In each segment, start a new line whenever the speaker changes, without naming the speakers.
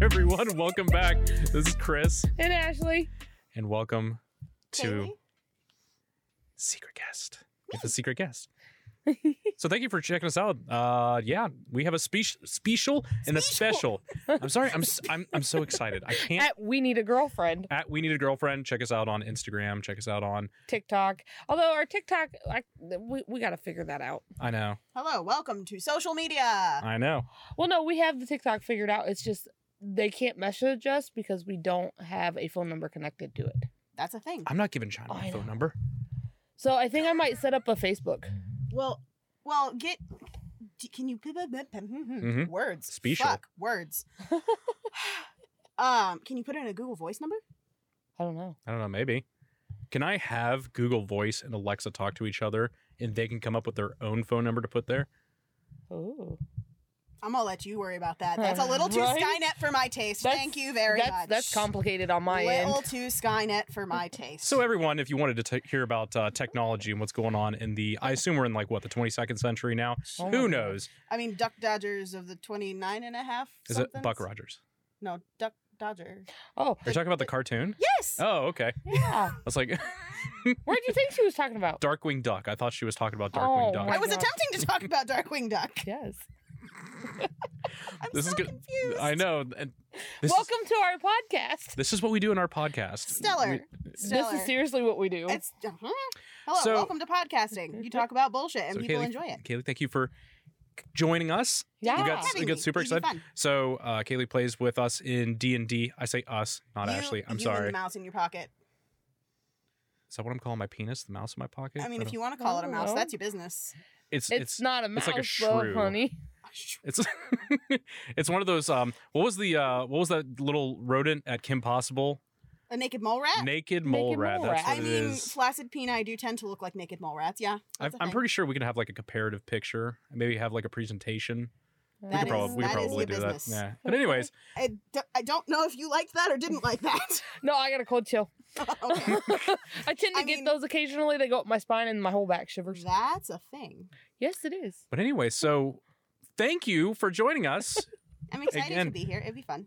everyone. Welcome back. This is Chris,
And Ashley.
and welcome to
Haley?
Secret Guest. It's a secret guest. so thank you for checking us out. Uh, yeah, we have a speech, special and a special. I'm sorry, I'm s- I'm I'm so excited. I can't.
At We Need a Girlfriend
At we need a girlfriend. Check us out on Instagram. Check us out on.
TikTok. Although our TikTok, I, we, we got to figure that out.
I know.
Hello, welcome to social media.
I know.
Well, no, we have the TikTok figured out. It's just they can't message us because we don't have a phone number connected to it.
That's a thing.
I'm not giving China
I
my
know.
phone number.
So I think I might set up a Facebook.
Well, well, get. d- Can you hmm,
Mm-hmm.
words?
Special.
Fuck words. um, can you put in a Google Voice number?
I don't know.
I don't know. Maybe. Can I have Google Voice and Alexa talk to each other, and they can come up with their own phone number to put there?
Oh,
I'm gonna let you worry about that. That's a little too
Right?
Skynet for my taste.
That's-
Thank you very
that's
much.
that's complicated on my
little
end.
too Skynet for my taste.
So everyone, if you wanted to t- hear about uh, technology and what's going on in the, I assume we're in like what the 22nd century now.
Oh my
Who
God.
knows?
I mean, Duck Dodgers of the 29 and a half.
Is it
somethings?
Buck Rogers?
No, Duck Dodger.
Oh,
Are you talking about the cartoon?
Yes.
Oh, okay.
yeah.
I was like,
Where do you think she was talking about?
Darkwing Duck. I thought she was talking about Darkwing
Oh
Duck.
my
I was
God.
attempting to talk about Darkwing Duck.
Yes.
I'm
This
so
is good-
confused.
I know. And this,
Welcome to our podcast.
Is, this is what we do in our podcast.
Stellar.
We-
Stellar.
This is seriously what we do.
It's uh-huh. hello,
So-
welcome to podcasting. You talk about bullshit and
so
people
Kaylee,
enjoy it.
Kaylee, thank you for joining us.
yeah.
You got,
Having
you got
me.
super
Easy
excited.
fun.
So uh, Kaylee plays with us in D and D. I say us, not
You-
Ashley. I'm
you and
sorry.
the mouse in your pocket.
Is that what I'm calling my penis? The mouse in my pocket?
I mean,
don't-
if you want to call it a mouse,
Hello.
that's your business.
it's
it's,
it's
not a mouse,
it's like a
though,
shrew.
honey.
It's it's one of those. Um, what was the uh, what was that little rodent at Kim Possible?
A Eh, naked mole rat.
Naked mole
Naked
rat.
mole
That's
rat.
what
I
it
mean,
is.
flaccid peni do tend to look like naked mole rats. Yeah,
I,
that's a
I'm
thing.
pretty sure we can have like a comparative picture and maybe have like a presentation. we
That
could
is-
probably we could
that is
probably
your
do that.
business.
Yeah. But anyways,
I, d- I don't know if you liked that or didn't like that.
No, I got a cold chill.
okay,
I tend to
I
get
mean-
those occasionally. They go up my spine and my whole back shivers.
that's a thing.
Mm-hmm.
Yes, it is.
but anyway, so thank you for joining us.
I'm excited
Again.
to be here. It'd be fun.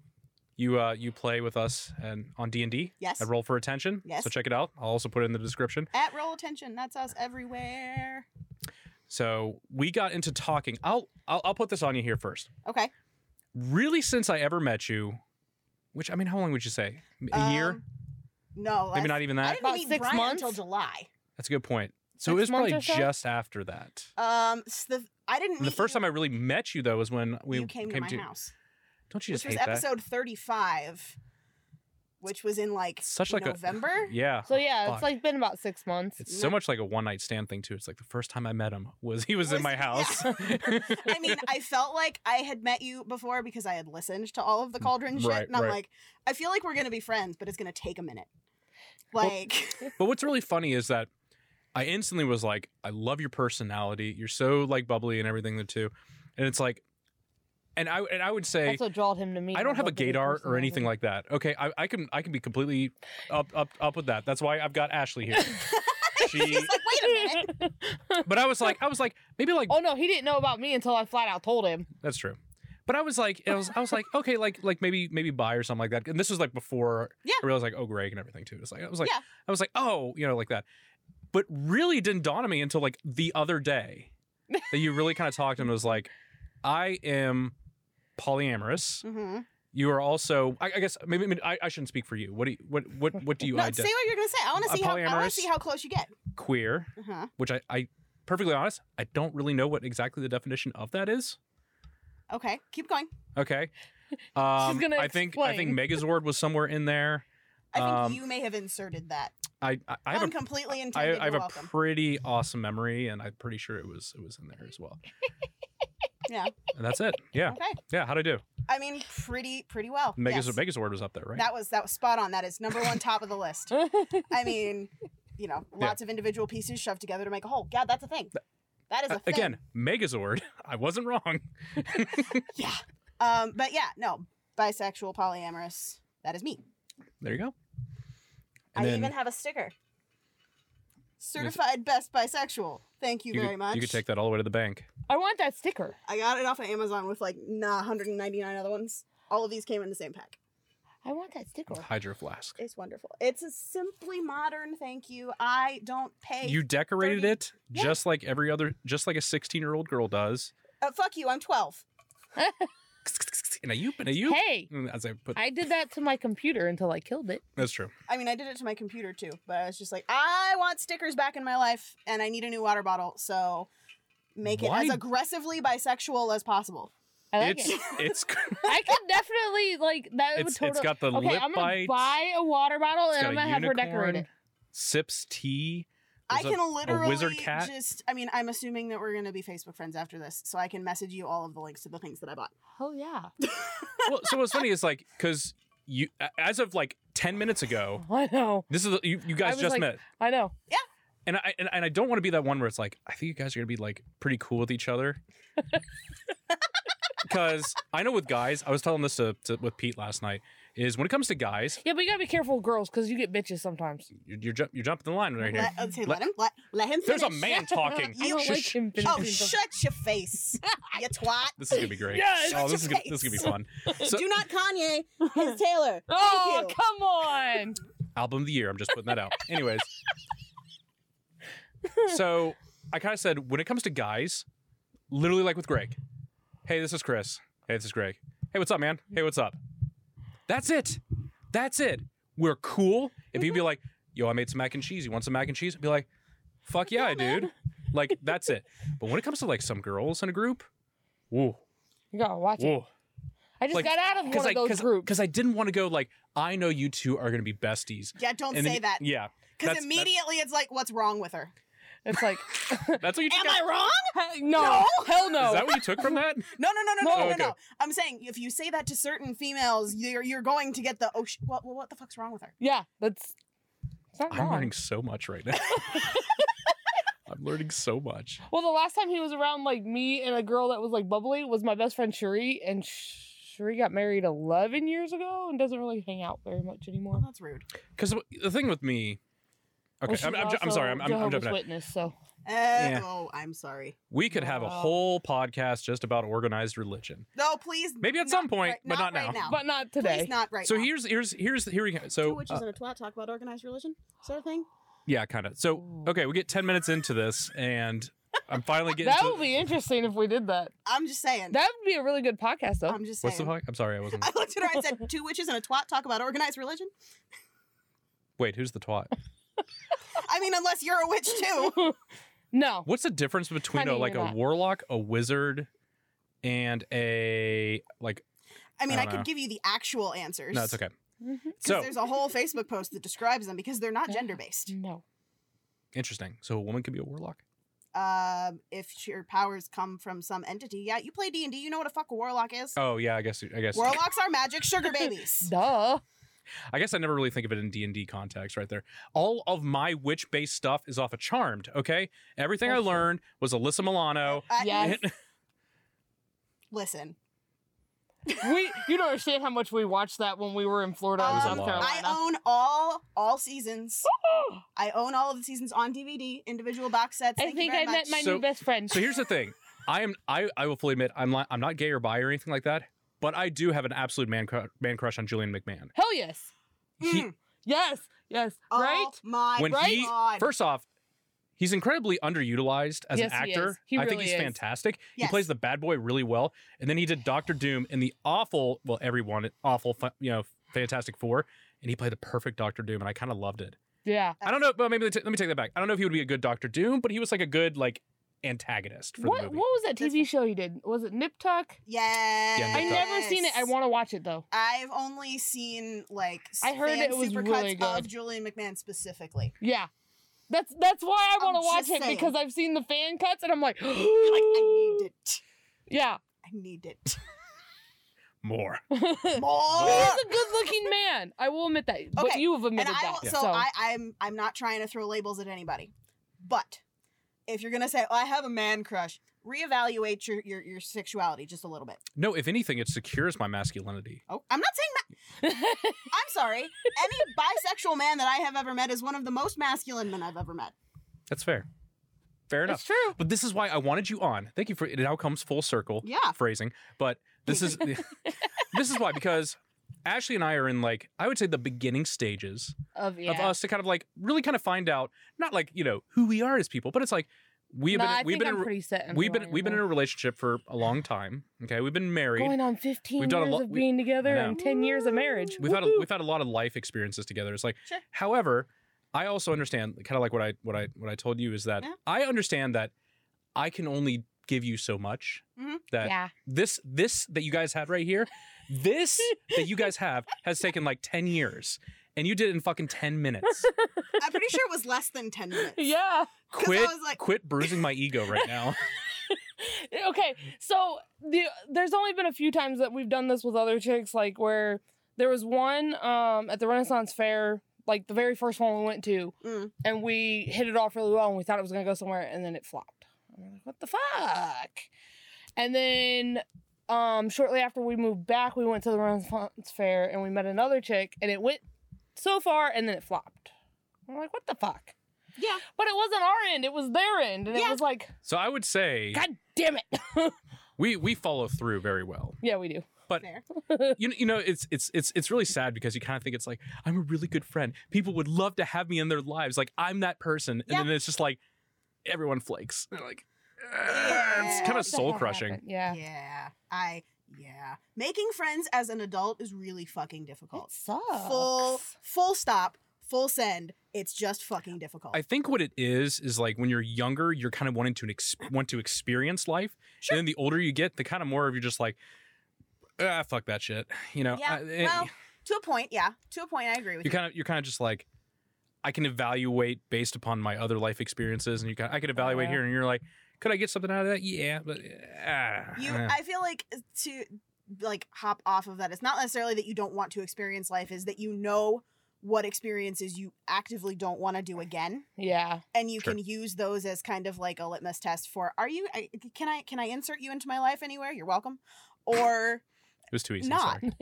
you uh you play with us and on D and D.
Yes.
At Roll for Attention.
Yes.
So check it out. I'll also put it in the description.
At roll attention, that's us everywhere.
So we got into talking. I'll I'll, I'll put this on you here first.
Okay,
Really, since I ever met you, which I mean, how long would you say? A year?
Um, No,
Maybe
that's-
not even
I
that.
didn't
About
meet
six
Brian
months?
until July.
That's a good point. So it
Six
was probably
months or so?
just after that.
Um, s- the I didn't.
The
meet
first
you,
time I really met you though was when we
you came, to my house,
Don't you
which
just
was
hate that?
episode thirty-five, which was in like
Such like a-
November.
Yeah.
So yeah,
Oh, fuck.
it's like been about six months.
It's so much like a one night stand thing too. It's like the first time I met him was he was, in
Was-
my
yeah.
house.
I mean, I felt like I had met you before because I had listened to all of the Cauldron shit,
Mm, Right,
and I'm
right.
like, I feel like we're gonna be friends, but it's gonna take a minute.
Well-
Like,
But what's really funny is that I instantly was like, I love your personality. You're so like bubbly and everything that too. And it's like, and I and I would say
That's what drawed him to me.
I don't have a
Bubbly
gaydar or anything
personality.
like that. Okay, I, I can I can be completely up up up with that. That's why I've got Ashley here. She,
he's like, wait a minute,
but I was like, I was like, maybe like
Oh no, he didn't know about me until I flat out told him.
that's true. But I was like, I was I was like, okay, like like maybe maybe buy or something like that. And this was like before
Yeah.
I realized like oh Greg and everything too. It's like I was like
Yeah.
I was like oh you know like that. But really didn't dawn on me until like the other day that you really kind of talked and was like, I am polyamorous.
hmm
You are also I, I guess maybe, maybe I, I shouldn't speak for you. What do you, what what what do you
no, say
identify
what you're gonna say. I want
A
to see how I want
polyamorous-
to see how close you get.
queer?
Uh-huh.
Which I I perfectly honest I don't really know what exactly the definition of that is.
Okay, keep going.
Okay. Um,
gonna
I think I think Megazord was somewhere in there.
I think
Um,
you may have inserted that.
I I, I have
I'm
a,
completely
I,
intended.
I have
You're
a
welcome.
pretty awesome memory, and I'm pretty sure it was it was in there as well.
Yeah.
and that's it. Yeah,
Okay.
yeah. How'd I do?
I mean, pretty pretty well.
Megazord,
yes.
Megazord was up there, right?
That was that was spot on. That is number one, top of the list. I mean, you know,
Yeah.
lots of individual pieces shoved together to make a whole. God, that's a thing. That is a
Uh,
thing.
again, Megazord. I wasn't wrong.
Yeah. Um, but yeah, no, bisexual, polyamorous. That is me.
There you go. And
I
then
even have a sticker. Certified best bisexual. Thank you,
you
very
could,
much.
You could take that all the way to the bank.
I want that sticker.
I got it off of Amazon with like nah, 199 other ones. All of these came in the same pack.
I want that sticker.
Hydro flask.
It's wonderful. It's a simply modern thank you. I don't pay.
You decorated
dirty-
it
Yeah.
just like every other, just like a 16 year old girl does.
Uh, fuck you. I'm 12.
And a yoop and a yoop.
Hey,
Mm, As I put,
I did that to my computer until I killed it.
that's true.
I mean, I did it to my computer too, but I was just like, I want stickers back in my life, and I need a new water bottle. So make it as
Why-
aggressively bisexual as possible.
I like
it's
it.
it's
I could definitely like that would
it's, it's
totally.
got the
okay,
lip
I'm gonna
bites.
buy a water bottle
it's
and
got
I'm
a
gonna have her decorate
unicorn,
it.
Sips tea.
I
There's a-
can literally
wizard cat?
just. I mean, I'm assuming that we're going to be Facebook friends after this, so I can message you all of the links to the things that I bought.
Oh yeah.
Well, so what's funny is like because you a- as of like 10 minutes ago,
I know.
this is you, you guys
was
just
like-
met,
I know.
and I and, and I don't want to be that one where it's like I think you guys are gonna be like pretty cool with each other. Because I know with guys, I was telling this to, to with Pete last night is when it comes to guys,
Yeah, but you gotta be careful, with girls, because you get bitches sometimes.
you're you're, jump, you're jumping the line right here.
Let, okay,
Let-
let, him. Let, let him.
There's a
finish.
man talking.
I don't
Shh,
like
shh.
him.
Oh,
finishing stuff.
shut your face, you twat!
This is gonna be great.
Yes.
oh, this is gonna, this is gonna be fun. So-
Do not Kanye. It's Taylor.
Oh,
you.
come on.
album of the year. I'm just putting that out. Anyways, so I kind of said when it comes to guys, literally like with Greg, hey, this is Chris. Hey, this is Greg. Hey, what's up, man? Hey, what's up? That's it. That's it. We're cool. If he'd be
Mhm.
like, yo, I made some mac and cheese. You want some mac and cheese? I'd be like, fuck yeah, dude. Like that's it. But when it comes to like some girls in a group, whoa,
You gotta watch it.
whoa.
I just
Like,
got out of one
Because I,
of those
cause,
groups.
'cause I didn't want to go like, I know you two are gonna be besties.
Yeah, don't
And then-
say that.
Yeah.
Because
that's-
immediately it's like, what's wrong with her?
It's like,
That's what you
Am
took out.
I wrong?
no, hell no.
Is that what you took from that?
No, no, no, no, no,
No.
no,
Okay.
no. I'm saying if you say that to certain females, you're you're going to get the oh, sh- what, what the fuck's wrong with her?
yeah, that's. It's not
I'm
wrong.
learning so much right now. I'm learning so much.
Well, the last time he was around, like me and a girl that was like bubbly, was my best friend Cherie, and Cherie got married 11 years ago and doesn't really hang out very much anymore.
Well, that's rude.
Because the thing with me,
Well,
okay,
she's
I'm, I'm, ju- I'm
also
sorry, I'm, I'm, I'm
Jehovah's
jumping. Out.
Witness, so
Uh,
Yeah.
Oh, I'm sorry.
We could have a
Wow.
whole podcast just about organized religion.
No, please.
Maybe at
not
some point,
right-
but not,
right
now.
now.
but not today.
Please not right
so
now.
here's here's here's here we go. So uh,
and a twat talk about organized religion sort of thing.
yeah, kind of. So
Ooh.
okay, we get ten minutes into this, and I'm finally getting.
that
to,
would be interesting if we did that.
I'm just saying.
That would be a really good podcast, though.
I'm just saying.
what's the fuck? I'm sorry, I wasn't.
I looked at her. I said, two witches and a twat talk about organized religion.
Wait, who's the twat?
I mean, unless you're a witch too.
no,
What's the difference between
Honey,
a, like
you're
a
not.
warlock, a wizard, and a like?
I mean,
I
I,
don't know.
could give you the actual answers.
No, it's okay.
Because
So
there's a whole Facebook post that describes them because they're not
Yeah.
gender based.
no.
Interesting. So a woman can be a warlock.
Um, if your powers come from some entity, yeah, you play D and D. You know what a fuck a warlock is.
Oh yeah, I guess I guess
Warlocks are magic sugar babies.
Duh.
I guess I never really think of it in D and D context, right there. All of my witch based stuff is off of Charmed. Okay, everything I
Awesome.
learned was Alyssa Milano.
I-
Yes.
Uh, Listen,
we you don't understand how much we watched that when we were in Florida and
was a
South
lot.
Carolina.
um, I own all all seasons. I own all of the seasons on DVD, individual box sets.
I
Thank
think
you
I met
very much.
my
So-
new best friend.
so here's the thing. I am I, I will fully admit I'm not, I'm not gay or bi or anything like that, but I do have an absolute man cru- man crush on Julian McMahon.
Hell yes.
He-
Mm.
Yes. Yes.
Oh
right?
my
when
God.
he first off, he's incredibly underutilized as
Yes,
an
he
actor.
is. He
I think
really
he's
is.
fantastic. He
Yes.
plays the bad boy really well, and then he did Doctor Doom in the awful, well, everyone awful, fa- you know, Fantastic Four, and he played the perfect Doctor Doom, and I kind of loved it.
Yeah.
I don't know, but maybe let me- let me take that back. I don't know if he would be a good Doctor Doom, but he was like a good like antagonist for
What
the
what
movie.
was that
That's
TV show he did? Was it Nip Tuck?
yes.
Yeah,
I
Nip Tuck.
never seen it. I want to watch it though.
I've only seen like
I heard
fan
it was
supercuts
really good.
of Julian McMahon specifically.
Yeah. That's that's why I
I'm
want to watch
just
it
saying.
because I've seen the fan cuts and I'm like,
You're like I need it.
yeah.
I need it
More.
He
more.
is a good looking man. I will admit that. But
Okay,
you have admitted
and I
that.
will, so I, I'm I'm not trying to throw labels at anybody, but if you're gonna say oh, I have a man crush, reevaluate your your, your sexuality just a little bit.
No, if anything, it secures my masculinity.
Oh, I'm not saying. Ma- I'm sorry. Any bisexual man that I have ever met is one of the most masculine men I've ever met.
That's fair. Fair enough.
it's true.
But this is why I wanted you on. Thank you for it. Now comes full circle
Yeah.
phrasing, but this is this is why because Ashley and I are in like I would say the beginning stages
Of yeah.
of us to kind of like really kind of find out not like you know who we are as people, but it's like we've
no,
been
I
we've
think
been
I'm
in, a-
pretty set. in
we've
who I
been we've been
am.
in a relationship for a long time. Okay, we've been married.
going on 15
We've
years
done a lot-
of
we-
being together
know.
and 10 years of marriage.
we've had a,
Woohoo.
we've had a lot of life experiences together. It's like,
Sure.
however, I also understand kind of like what I what I what I told you is that
Yeah.
I understand that I can only give you so much
Mhm.
that
yeah.
this this that you guys have right here, this that you guys have has taken like ten years, and you did it in fucking ten minutes.
I'm pretty sure it was less than 10 minutes.
Yeah.
'Cause I
Quit
was like-
quit bruising my ego right now.
Okay. So the there's only been a few times that we've done this with other chicks, like where there was one um at the Renaissance Fair, like the very first one we went to,
Mm.
and we hit it off really well and we thought it was gonna go somewhere and then it flopped. And we're like, what the fuck? And then um shortly after we moved back, we went to the Renaissance Fair and we met another chick and it went so far and then it flopped. We're like, what the fuck?
Yeah.
But it wasn't our end, it was their end. And it
Yeah.
was like,
So I would say
God damn it.
we we follow through very well.
yeah, we do.
Fair.
you know, you know, it's it's it's it's really sad because you kind of think it's like I'm a really good friend. People would love to have me in their lives. Like I'm that person, and
Yeah.
then it's just like everyone flakes. They're like,
Yeah.
"Ugh." it's
That
kind of
happened.
soul crushing.
Yeah.
Yeah. I, yeah. Making friends as an adult is really fucking
It
difficult.
sucks.
Full, full stop, full send. It's just fucking difficult.
I think what it is is like when you're younger, you're kind of wanting to ex- want to experience life,
Sure.
and then the older you get, the kind of more of you're just like, ah, fuck that shit. You know,
Yeah,
I- it-
well, to a point, yeah. To a point, I agree with
you
you.
kind of you're kind of just like I can evaluate based upon my other life experiences, and you kind I can evaluate
Uh-huh.
Yeah.
here, and you're like, could I get something out of that? Yeah, but ah,
You,
eh.
I feel like uh, to like hop off of that. It's not necessarily that you don't want to experience life, is that you know what experiences you actively don't want to do again.
Yeah.
and you
Sure.
can use those as kind of like a litmus test for are you I- can i can i insert you into my life anywhere you're welcome or
it was too easy.
not
sorry.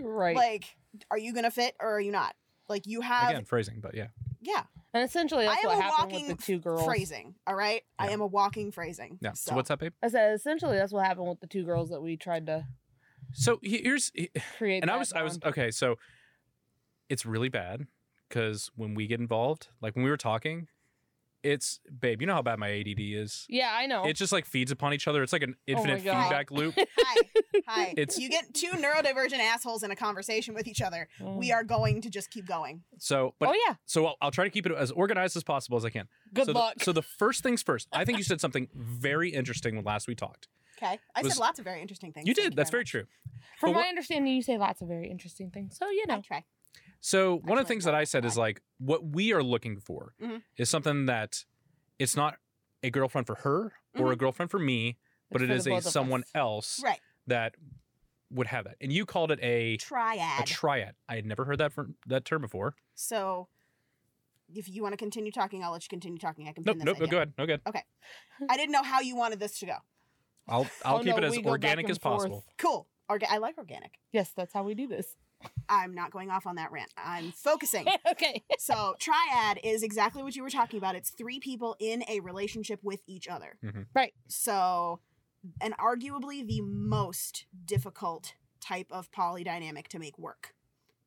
Right.
like are you gonna fit or are you not like you have
Again, phrasing, but yeah,
yeah
and essentially,
I
that's
am
what
a
happened with the
walking
two girls.
phrasing all right i
Yeah.
am a walking phrasing
yeah. So, what's up, babe?
I said, essentially, that's what happened with the two girls that we tried to
So he- here's, he-
create.
and I
that
was, I was
bond.
okay. So it's really bad because when we get involved, like when we were talking, it's babe. You know how bad my ADD is.
Yeah, I know.
It just like feeds upon each other. It's like an
Oh. my
infinite
God.
feedback loop.
hi hi
It's-
you get two neurodivergent assholes in a conversation with each other we
Mm.
are going to just keep going
So, but
Mm. oh yeah.
so I'll, I'll try to keep it as organized as possible as I can.
Good
so
luck.
The, so the first things first. I think you said something very interesting when last we talked.
okay i
Was-
said lots of very interesting things
You
Thank
did. That's very
much.
true.
From
but
my
what-
understanding, you say lots of very interesting things. So you
i
know.
try
So one of the
Actually,
things that
no,
I said is
I-
like what we are looking for
Mm-hmm.
Mhm.
is something that it's not a girlfriend for her or
Mm-hmm.
a girlfriend for me, but
it's
it
for the
is a
both of
someone
us.
else
right
that would have that. And you called it a a
triad
triad. I had never heard that from that term before.
so if you want to continue talking i'll let you continue talking i can
Nope,
pin this
nope, no
idea.
good, no good.
I didn't know how you wanted this to go.
I'll I'll
Oh,
keep
no,
it as
we go back
organic
and
as possible.
forth.
Cool. Orga- I like organic.
Yes, that's how we do this.
I'm not going off on that rant. I'm focusing.
okay.
so, triad is exactly what you were talking about. It's three people in a relationship with each other.
Mhm.
Right.
So, and arguably the most difficult type of polydynamic to make work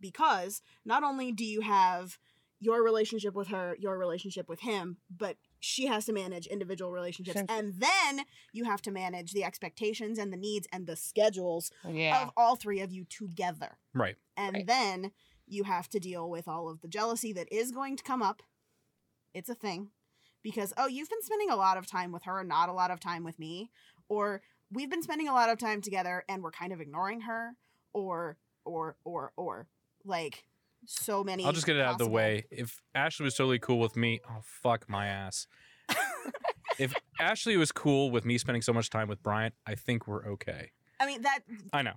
because not only do you have your relationship with her, your relationship with him, but she has to manage individual relationships.
Sure.
And then you have to manage the expectations and the needs and the schedules
Yeah.
of all three of you together.
Right.
And
Right.
then you have to deal with all of the jealousy that is going to come up. It's a thing. Because, oh, you've been spending a lot of time with her, not a lot of time with me. Or we've been spending a lot of time together and we're kind of ignoring her. Or, or, or, or. Like, so many.
I'll just get it out of the
possible-
way. If Ashley was totally cool with me, oh fuck my ass. if Ashley was cool with me spending so much time with Bryant, I think we're okay.
I mean, that
I know.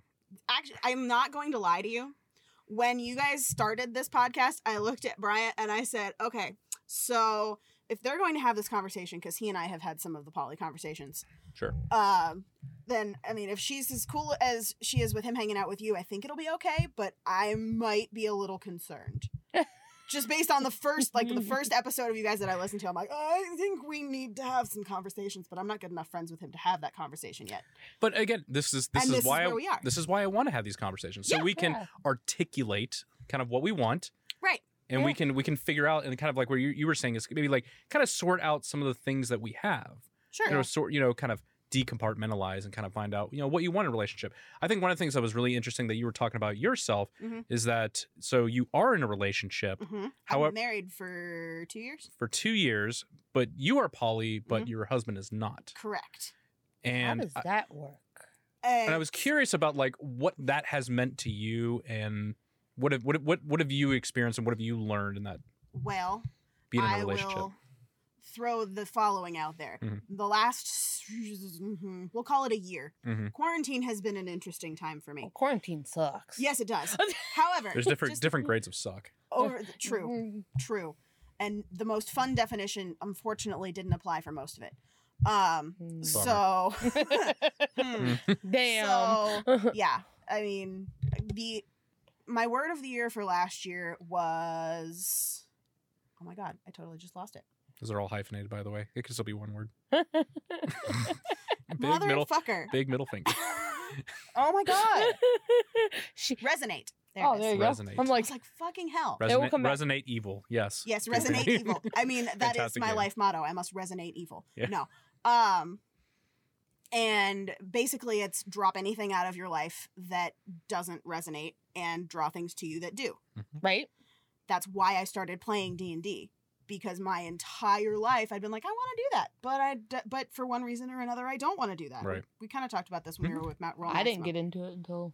actually, I'm not going to lie to you. When you guys started this podcast, I looked at Bryant and I said, okay, so if they're going to have this conversation, because he and I have had some of the poly conversations,
Sure.
um, then I mean, if she's as cool as she is with him hanging out with you, I think it'll be okay, but I might be a little concerned. just based on the first like the first episode of you guys that I listened to, I'm like, I think we need to have some conversations, but I'm not good enough friends with him to have that conversation yet.
But again, this is this is
And this is
why
where
I,
we are.
this is why I want to have these conversations so
Yeah.
we can
Yeah.
articulate kind of what we want,
Right.
And we
Yeah.
can we can figure out and kind of like where you, you were saying is maybe like kind of sort out some of the things that we have.
Sure.
You know, sort you know, kind of decompartmentalize and kind of find out you know what you want in a relationship. I think one of the things that was really interesting that you were talking about yourself
Mhm.
is that so you are in a relationship
hmm
However-
I'm married for two years.
for two years, but you are poly, but your husband is not,
Correct.
and
How does
I-
that work?
and I was curious about like what that has meant to you and what have, what have- what what have you experienced and what have you learned in that
well.
being in a
I
relationship?
will throw the following out there.
Mhm.
The last, mhm, we'll call it a year.
Mhm.
Quarantine has been an interesting time for
Well,
me.
quarantine sucks.
Yes, it does. However,
There's different mm-hmm.
just
different grades of suck.
Over true,
Mm,
true, and the most fun definition, unfortunately, didn't apply for most of it. Um,
mm.
so,
Mm-hmm.
hmm.
Damn.
So, yeah, I mean, the my word of the year for last year was. Oh my god, I totally just lost it.
Those are all hyphenated, by the way. It could still be one word. big middle,
Motherfucker.
big middle finger.
oh my god.
she,
Resonate. There
oh,
it is.
there you
Resonate.
go. I'm
I
like,
was like, fucking hell.
It will
Resonate,
come back.
resonate evil. Yes.
yes, resonate evil. I mean, that is
Fantastic
my
game.
life motto. I must resonate evil.
Yeah.
No. Um and basically it's drop anything out of your life that doesn't resonate and draw things to you that do.
right?
That's why I started playing D&D because my entire life I'd been like I want to do that, but I d- but for one reason or another I don't want to do that.
Right.
We kind of talked about this when we were with Matt Roll.
I didn't get into it until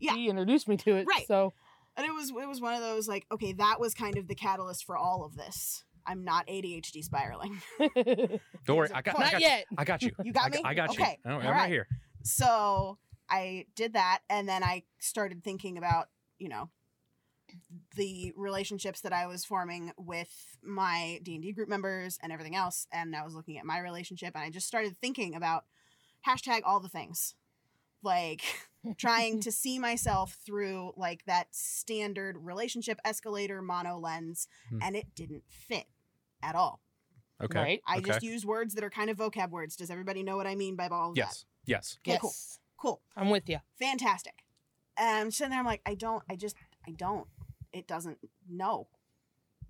Yeah.
he introduced me to it.
Right.
So
and it was it was one of those like okay that was kind of the catalyst for all of this i'm not adhd spiraling
not
Don't worry. I got, I got you.
yet.
I got you.
You got
I,
me?
I got you.
Okay.
I don't- I'm
All
right
right.
here.
so i did that and then i started thinking about you know the relationships that i was forming with my d&d group members and everything else and i was looking at my relationship and i just started thinking about hashtag all the things like trying to see myself through like that standard relationship escalator mono lens
Hmm.
and it didn't fit at all
Okay.
Right.
I
Okay.
just use words that are kind of vocab words. Does everybody know what I mean by all of
Yes. Yes.
Okay,
yes.
cool. that? Cool.
I'm with you.
Fantastic. And I'm sitting there, I'm like, I don't, I just, I don't. It doesn't, no.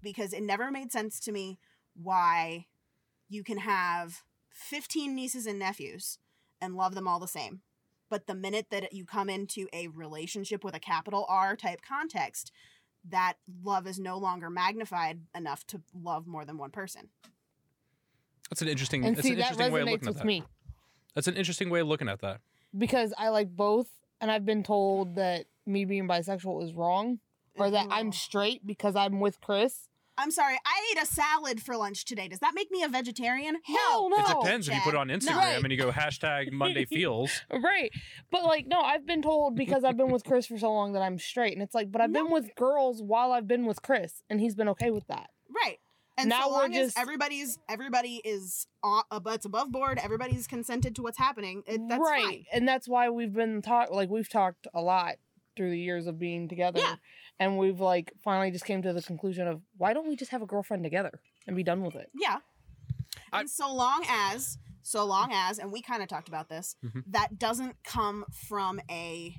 Because it never made sense to me why you can have 15 nieces and nephews and love them all the same. But the minute that you come into a relationship with a capital R type context, that love is no longer magnified enough to love more than one person.
That's an interesting.
And
that's
see,
Mm, an
that
interesting way of
resonates
looking at
with
that.
me
That's an interesting way of looking at that.
because I like both, and I've been told that me being bisexual is wrong, or that I'm straight because I'm with Chris.
I'm sorry, I ate a salad for lunch today. Does that make me a vegetarian?
Hell no.
It depends if you put it on
No.
Instagram
Right.
and you go hashtag Monday feels.
Right. But like, no, I've been told because I've been with Chris for so long that I'm straight, and it's like, but I've been with girls while I've been with Chris, and he's been okay with that.
Right. And
Now
so
we're
long as
just-
everybody's everybody is on, uh, but it's above board. Everybody's consented to what's happening. It, that's
right.
fine.
And that's why we've been taught like we've talked a lot through the years of being together.
Yeah.
And we've like finally just came to the conclusion of why don't we just have a girlfriend together and be done with it?
Yeah.
I-
and so long as, so long as, and we kind of talked about this,
Mhm.
that doesn't come from a,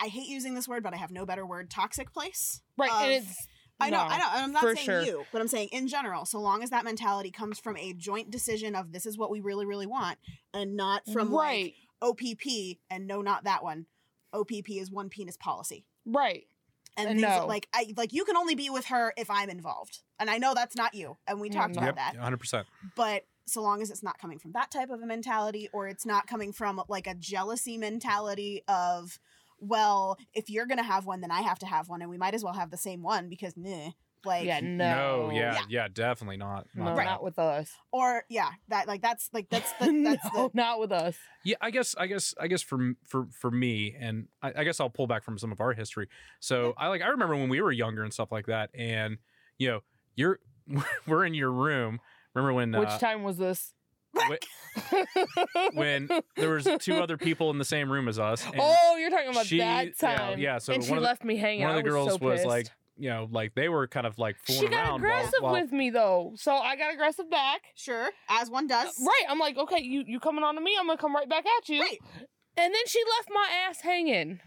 I hate using this word, but I have no better word, toxic place.
Right. and
Of-
it's
I know,
No,
I know. and I'm not
for
saying
sure.
you, but I'm saying in general, so long as that mentality comes from a joint decision of this is what we really, really want and not from
right.
like OPP and no, not that one. OPP is one penis policy.
right.
and
Uh,
things that,
no.
like I like you can only be with her if I'm involved. And I know that's not you, and we
Mm.
talked about
Yep.
that.
100. percent
But so long as it's not coming from that type of a mentality, or it's not coming from like a jealousy mentality of, well, if you're gonna have one, then I have to have one, and we might as well have the same one because meh. Like
yeah. No.
yeah, yeah.
Yeah.
Definitely not.
No,
not that.
not with us.
or yeah, that like that's like that's the
no,
that's the
not with us.
Yeah, I guess, I guess, I guess for m- for for me, and I, I guess I'll pull back from some of our history. So I like I remember when we were younger and stuff like that, and you know, you're we're in your room. Remember when
Which
uh,
time was this?
wh- when there was two other people in the same room as us? And
oh, you're talking about
she-
that
yeah,
time.
yeah, so
and she
one of the-
left me hanging.
one of
I
the girls
was, so
was
pissed.
like, you know, like they were kind of like fooling
She got
around. while-
aggressive
while-
with me though, so I got aggressive back.
Sure, as one does.
Right, I'm like, okay, you you coming on to me? I'm gonna come right back at you.
Right.
And then she left my ass hanging.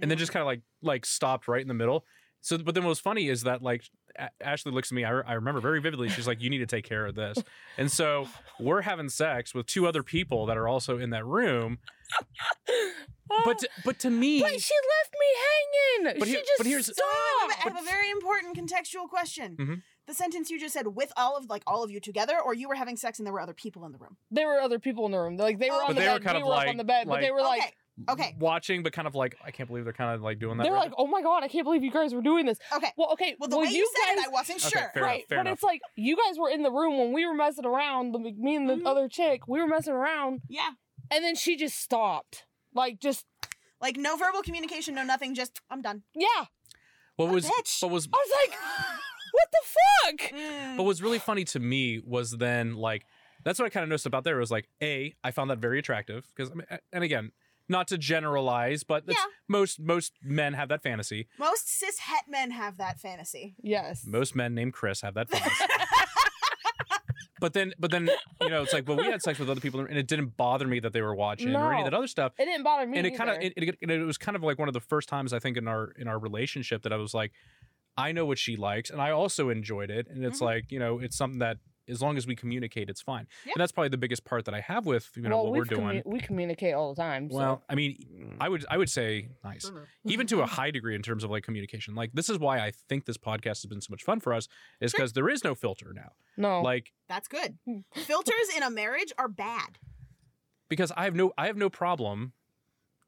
and then just kind of like like stopped right in the middle. So, but then what's funny is that like A- Ashley looks at me. I, re- I remember very vividly. She's like, "You need to take care of this." And so we're having sex with two other people that are also in that room. But
Oh,
to, but to me,
but she left me hanging.
But
she
here-
just
but here's- Ah,
So I have, a- I
stopped.
have a very important contextual question.
Mhm.
The sentence you just said with all of like all of you together, or you were having sex and there were other people in the room.
There were other people in the room. Like they were
But
on the
they were
bed.
kind
they
of
were up
like-
on the bed, but
like-
they were like
okay, okay.
watching, but kind of like I can't believe they're kind of like doing that.
they're
right
like, oh my god, I can't believe you guys were doing this.
okay.
Well, okay,
Well, the way you, said
guys,
it, I wasn't
Okay,
sure.
fair enough,
right,
fair
but
enough.
it's like you guys were in the room when we were messing around. the- Me and the
Mhm.
other chick, we were messing around,
Yeah,
and then she just stopped. Like just
like no verbal communication, no nothing. Just I'm done.
yeah,
now. What
a
was
bitch.
what was
I was like, what the fuck?
Mm.
But what's really funny to me was then like that's what I kind of noticed about there was like a I found that very attractive because I mean, and again not to generalize but it's,
Yeah.
most most men have that fantasy.
Most cis het men have that fantasy.
Yes.
Most men named Chris have that fantasy. but then but then you know it's like well we had sex with other people and it didn't bother me that they were watching or any of
No.
that other stuff.
It didn't bother me.
and it kind of
either.
it, it, it- it was kind of like one of the first times I think in our in our relationship that I was like I know what she likes and I also enjoyed it and it's
Mm-hmm.
Mhm.
like you know it's something that as long as we communicate it's fine
Yeah.
and that's probably the biggest part that I have with you know
well,
what we're
we've commu-
doing
we communicate all the time. So.
well I mean I would I would say nice
Mm-hmm.
even to a high degree in terms of like communication like this is why I think this podcast has been so much fun for us is
Sure.
because there is no filter now
no.
like
That's good. Filters in a marriage are bad.
because I have no I have no problem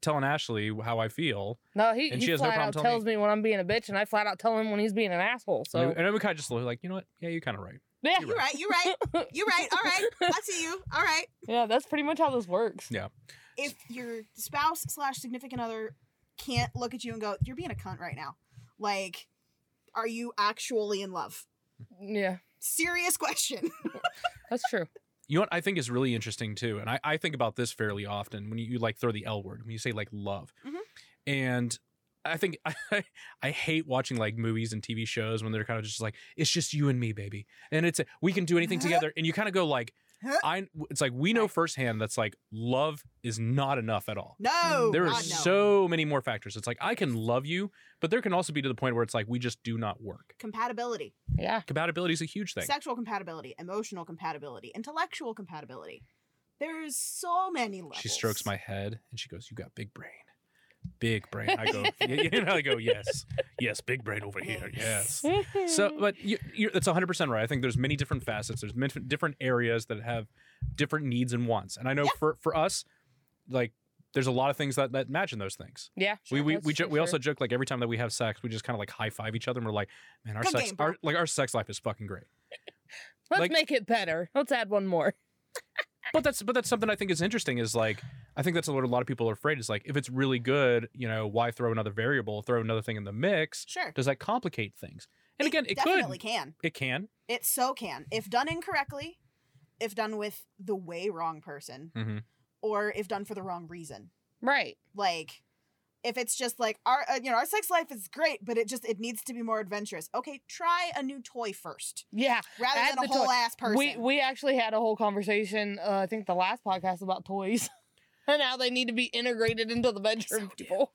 telling Ashley how I feel
no, he,
and
he
she has no
flat
problem
out
telling me-
tells me. when I'm being a bitch, and I flat out tell him when he's being an asshole. So
and, then we kind of just look like you know what yeah you're kind of right
yeah,
You're right. You're right. You're right. All right. I see you. All right.
yeah, that's pretty much how this works.
Yeah.
If your spouse slash significant other can't look at you and go, "You're being a cunt right now," like, are you actually in love?
Yeah,
Serious question.
that's true.
You know what I think is really interesting too, and I, I think about this fairly often when you, you like throw the L word when you say like love,
Mhm.
and I think I, I hate watching like movies and TV shows when they're kind of just like it's just you and me, baby, and it's we can do anything
Huh?
together, and you kind of go like
Uh-huh. Huh?
I it's like we know
Right.
firsthand that's like love is not enough at all.
No.
There are
God, no.
so many more factors. It's like I can love you, but there can also be to the point where it's like we just do not work.
compatibility,
Yeah.
Compatibility is a huge thing.
sexual compatibility, emotional compatibility, intellectual compatibility. There's so many levels.
She strokes my head and she goes, "You got big brain, big brain." I go, y- you know, I go, "Yes, yes, big brain over here, yes." So, but you, you're, it's 100 percent right. I think there's many different facets. There's min- different areas that have different needs and wants, and I know
Yeah.
for for us, like. There's a lot of things that, that match in those things.
yeah,
we we
that's
we, jo-
for
we also
sure.
joke like every time that we have sex, we just kind of like high five each other and we're like, man, our
Good
sex
game, bro."
our, like our sex life is fucking great.
let's
like-
make it better. Let's add one more.
but that's but that's something I think is interesting is like I think that's what a lot of people are afraid is like if it's really good, you know, why throw another variable, throw another thing in the mix?
Sure.
Does that complicate things? And again, it
definitely
could.
can.
It can.
It so can. If done incorrectly, if done with the way wrong person,
Mm-hmm.
or if done for the wrong reason.
Right.
Like if it's just like our uh, you know our sex life is great, but it just it needs to be more adventurous. Okay, try a new toy first
Yeah.
rather
Add
than a
the
whole
toy.
ass person.
We we actually had a whole conversation. Uh, I think the last podcast about toys and how they need to be integrated into the bedroom.
do.
table.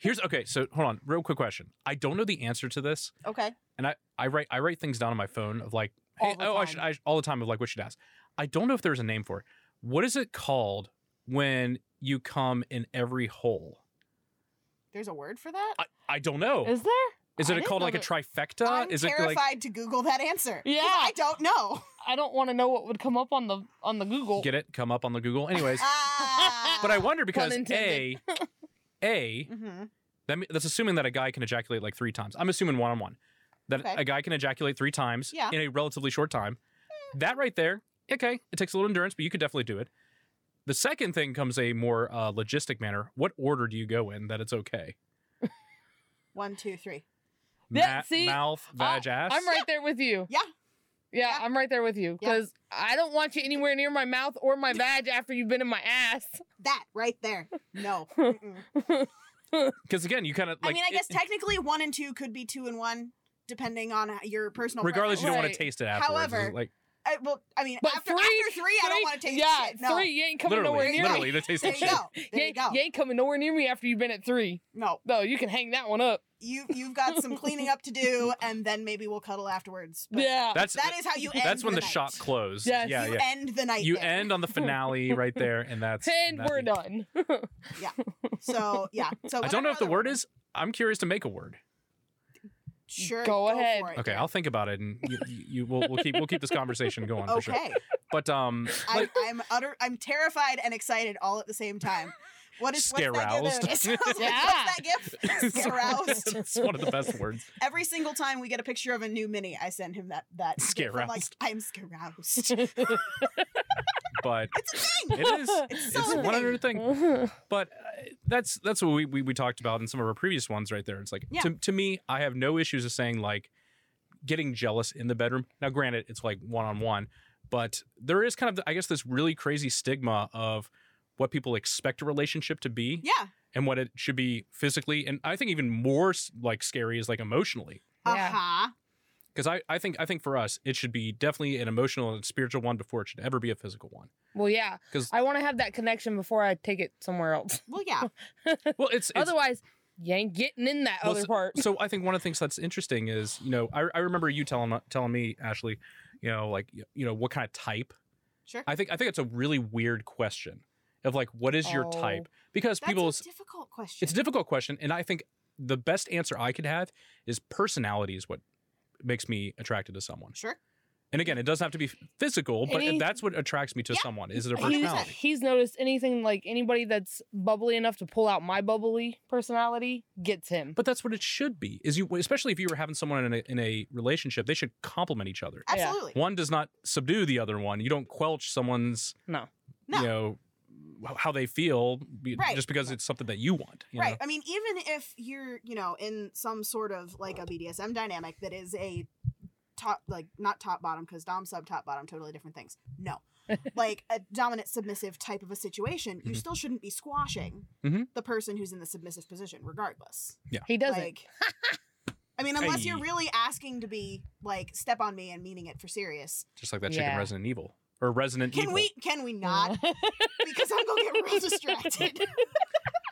Here's okay. So hold on, real quick question. I don't know the answer to this,
okay,
and I I write I write things down on my phone of like
All
hey,
the
oh I
time.
should I, all the time of like what should I ask. I don't know if there's a name for it. What is it called when you come in every hole?
there's a word for that.
I, I don't know. Is,
Is there? I
it
didn't
called
know
like a
that-
trifecta?
I'm
Uh, is it
terrified
like
to Google that answer. 'cause
Yeah.
I don't know.
I don't want to know what would come up on the on the Google.
get it? Come up on the Google. Anyways,
Ah.
But I wonder because a,
intended.
a
Mhm.
that, me- that's assuming that a guy can ejaculate like three times. I'm assuming one on one, that
Okay.
a guy can ejaculate three times
Yeah.
in a relatively short time. That right there, okay, it takes a little endurance, but you could definitely do it. The second thing comes a more uh, logistic manner. What order do you go in that it's okay?
One, two, three.
Yeah, see,
mouth, vag, ass.
I'm right there with you.
Yeah.
Yeah,
Yeah.
I'm right there with you
Yeah.
because I don't want you anywhere near my mouth or my vag after you've been in my ass.
That right there. No. Mm-mm.
Because again, you kind of like.
I mean, I
it-
guess technically one and two could be two and one, depending on your personal.
regardless, you don't want
Right.
to taste it afterwards. It's
However,
like
I, well, I mean,
But
after,
three-
after three, I don't want to taste
yeah,
shit. No,
three. You ain't coming nowhere
literally,
near me.
literally, the taste
there
of
you
shit.
go.
You
There you
ain't,
go.
you ain't coming nowhere near me after you've been at three.
No,
No, you can hang that one up.
you you've got some cleaning up to do, and then maybe we'll cuddle afterwards. But
yeah.
That's
that is how you end.
that's when the
night.
shop closed.
Yes.
Yeah,
you
yeah.
end the night.
You
there.
end on the finale right there, and that's
and
that-
we're done.
So yeah. So
I don't know if the word is. I'm curious to make a word.
Sure.
Go ahead.
for it.
Okay, I'll think about it, and you, you, you we'll, we'll keep we'll keep this conversation going for sure.
Okay.
But um,
I'm, I'm utter. I'm terrified and excited all at the same time. What is what's
Scaroused.
That gift? What's
Yeah.
that gift? Scaroused.
it's one of the best words.
Every single time we get a picture of a new mini, I send him that that. gift. I'm like
Scaroused.
I'm scaroused.
But
It's a thing.
it is
It's so
it's
a
one
thing.
other thing.
Mm-hmm.
But uh, that's that's what we, we we talked about in some of our previous ones right there. It's like
Yeah.
to to me, I have no issues of saying like getting jealous in the bedroom. Now, granted, it's like one on one, but there is kind of I guess this really crazy stigma of what people expect a relationship to be
Yeah.
and what it should be physically, and I think even more s- like scary is like emotionally.
Uh
Yeah.
huh.
Because I, I think I think for us it should be definitely an emotional and spiritual one before it should ever be a physical one.
well, yeah.
'Cause-
I want to have that connection before I take it somewhere else.
Well, yeah.
Well, it's, it's
Otherwise, you ain't getting in that
Well,
other part.
so I think one of the things that's interesting is you know I, I remember you telling telling me Ashley, you know like you know what kind of type.
Sure.
I think I think it's a really weird question of like what is your
Oh.
type because
That's
people
a difficult question.
it's a difficult question and I think the best answer I could have is personality is what makes me attracted to someone.
Sure.
And again, it doesn't have to be physical, but
Any-
that's what attracts me to
Yeah.
someone is their
Hundred
He's,
personality.
he's noticed anything like anybody that's bubbly enough to pull out my bubbly personality gets him.
But that's what it should be. Is you especially if you were having someone in a, in a relationship, they should complement each other.
Yeah.
Absolutely.
One does not subdue the other one. You don't quelch someone's
No.
No.
you know wh- how they feel be-
Right.
just because it's something that you want. You
right.
Know?
I mean, even if you're, you know, in some sort of like a BDSM dynamic that is a top, like not top bottom, because dom sub top bottom, totally different things. No, like a dominant submissive type of a situation, you
Mhm.
still shouldn't be squashing
Mhm.
the person who's in the submissive position, regardless.
He doesn't.
Like, I mean, unless you're
Aye.
really asking to be like step on me and meaning it for serious.
Just like that chick in
Yeah.
Resident Evil or Resident
Can
Evil.
we? Can we not? because I'm gonna get real distracted.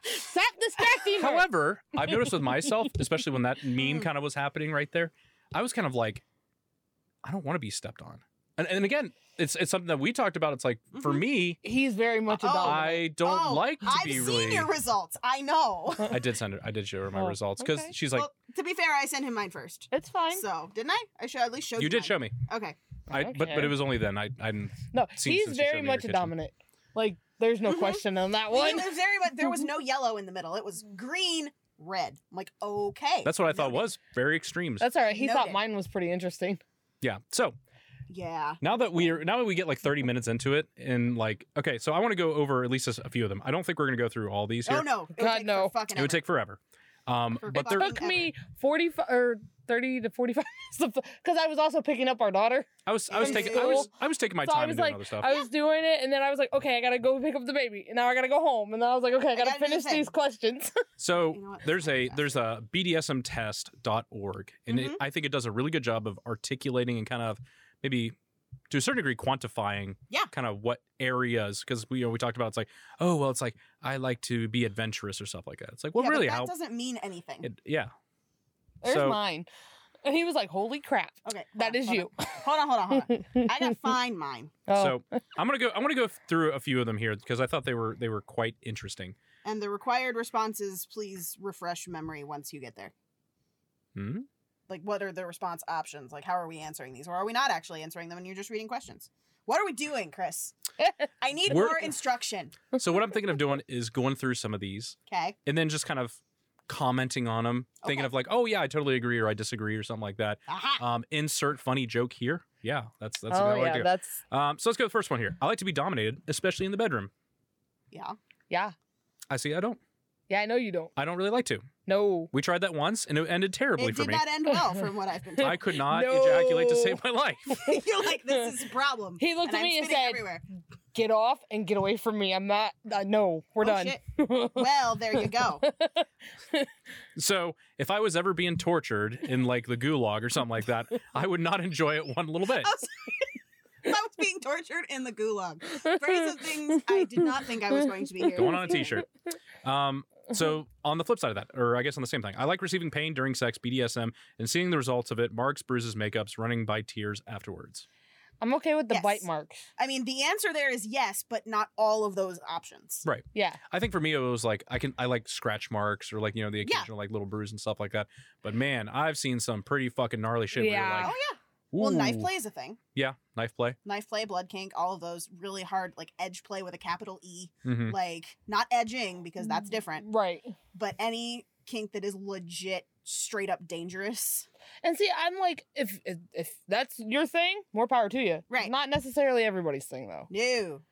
Stop distracting her.
However, I've noticed with myself, especially when that
Hmm.
meme kind of was happening right there, I was kind of like, I don't want to be stepped on. And, and again, it's it's something that we talked about. It's like for
Mhm.
me,
he's very much a
Oh,
dog.
I don't
Oh,
like to
I've
be
seen
really.
your results. I know.
I did send her. I did show her my
Oh,
results because
okay.
she's like,
well, to be fair, I sent him mine first.
it's fine.
So didn't I? I should at least showed
you did
mine.
show me.
Okay.
I but but
Okay.
it was only then. I I didn't.
No,
Seen
he's
since you showed
very
me your
much a
kitchen.
dominant. Like, there's no
Mhm.
question on that
Well,
one.
it was very much. There was no yellow in the middle. It was green, red. I'm like, okay.
That's what I thought
Noted.
was very extremes.
That's all right. He thought
Noted.
mine was pretty interesting.
yeah. So
Yeah.
now that we're now that we get like 30 minutes into it and like okay, so I want to go over at least a s- a few of them. I don't think we're gonna go through all these here.
Oh no. It would
God,
take
no.
for Fucking
It would
ever.
take forever. Um,
For
but there
fucking
Took me 45 or 30 to 45 because I was also picking up our daughter.
I was I was
From
taking I was I was taking my
So I
time
was
and doing
like-
other stuff.
I was doing it and then I was like, okay, I gotta go pick up the baby. And now I gotta go home. And then I was like, okay, I gotta,
gotta do the
finish
thing.
these questions.
so
You know what?
there's a there's a bdsmtest.org and it,
Mhm.
I think it does a really good job of articulating and kind of maybe to a certain degree quantifying
Yeah.
kind of what areas because we you know, we talked about it's like oh well it's like I like to be adventurous or stuff like that. It's like well
Yeah, but
really
that
how
doesn't mean anything.
it, yeah.
There's
So-
mine. And he was like, holy crap.
okay. hold
that
on,
is
hold
you.
on. Hold on. Hold on. Hold on. I gotta find mine,
Oh,
So I'm gonna go. I'm gonna go through a few of them here because I thought they were they were quite interesting.
and the required responses. Please refresh memory once you get there.
Hmm?
Like, what are the response options? Like, how are we answering these, or are we not actually answering them? And you're just reading questions. What are we doing, Chris? I need
We're-
more instruction.
So what I'm thinking of doing is going through some of these
Okay.
and then just kind of commenting on them, thinking
Okay.
of like, oh yeah, I totally agree or I disagree or something like that.
Aha.
Um, insert funny joke here. Yeah, that's that's
oh
what I like
yeah,
to go.
that's,
Um, so let's go to the first one here. I like to be dominated, especially in the bedroom.
Yeah.
yeah.
I see. I don't.
Yeah, I know you don't.
I don't really like to.
No.
We tried that once and it ended terribly
It
for
did
me.
not end well, from what I've been told.
I could not
No.
ejaculate to save my life.
You're like, this is a problem.
He looked at
And I'm
me and
spitting
said,
everywhere.
get off and get away from me. I'm not. Uh, no, we're
Oh,
done.
shit. Well, there you go.
So if I was ever being tortured in like the gulag or something like that, I would not enjoy it one little bit.
Oh, I was being tortured in the gulag. Phrase of things I did not think I was going to be here.
Going on a t-shirt. Um, so on the flip side of that, or I guess on the same thing, I like receiving pain during sex, BDSM, and seeing the results of it, marks, bruises, makeups, running by tears afterwards.
I'm okay with the
Yes.
bite marks.
I mean, the answer there is yes, but not all of those options.
Right.
Yeah.
I think for me it was like I can I like scratch marks or like you know the
Yeah.
occasional like little bruise and stuff like that. But man, I've seen some pretty fucking gnarly shit. Where
Yeah.
you're like,
Oh yeah. Well, knife
"Ooh."
play is a thing.
Yeah, knife play.
Knife play, blood kink, all of those really hard, like edge play with a capital E,
hmm
like not edging because
Mm.
that's different,
Right.
but any kink that is legit, straight up dangerous.
And see, I'm like, if if, if that's your thing, more power to you.
Right.
Not necessarily everybody's thing though.
No,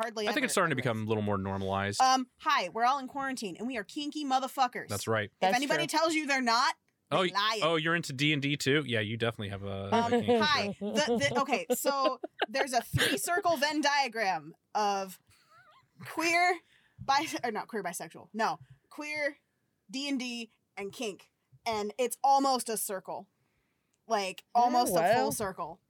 hardly.
I think
ever
it's starting to
dangerous.
become a little more normalized.
Um, hi, we're all in quarantine and we are kinky motherfuckers.
That's right.
That's
if anybody
true.
tells you they're not, they're
Oh, y-
lying.
oh, you're into D and D too? Yeah, you definitely have a. a
Um,
kink.
hi. The, the, okay, so there's a three circle Venn diagram of queer, bi or not queer bisexual. No, queer, D and D, and kink, and it's almost a circle, like
Yeah,
almost a
Oh, well.
full circle.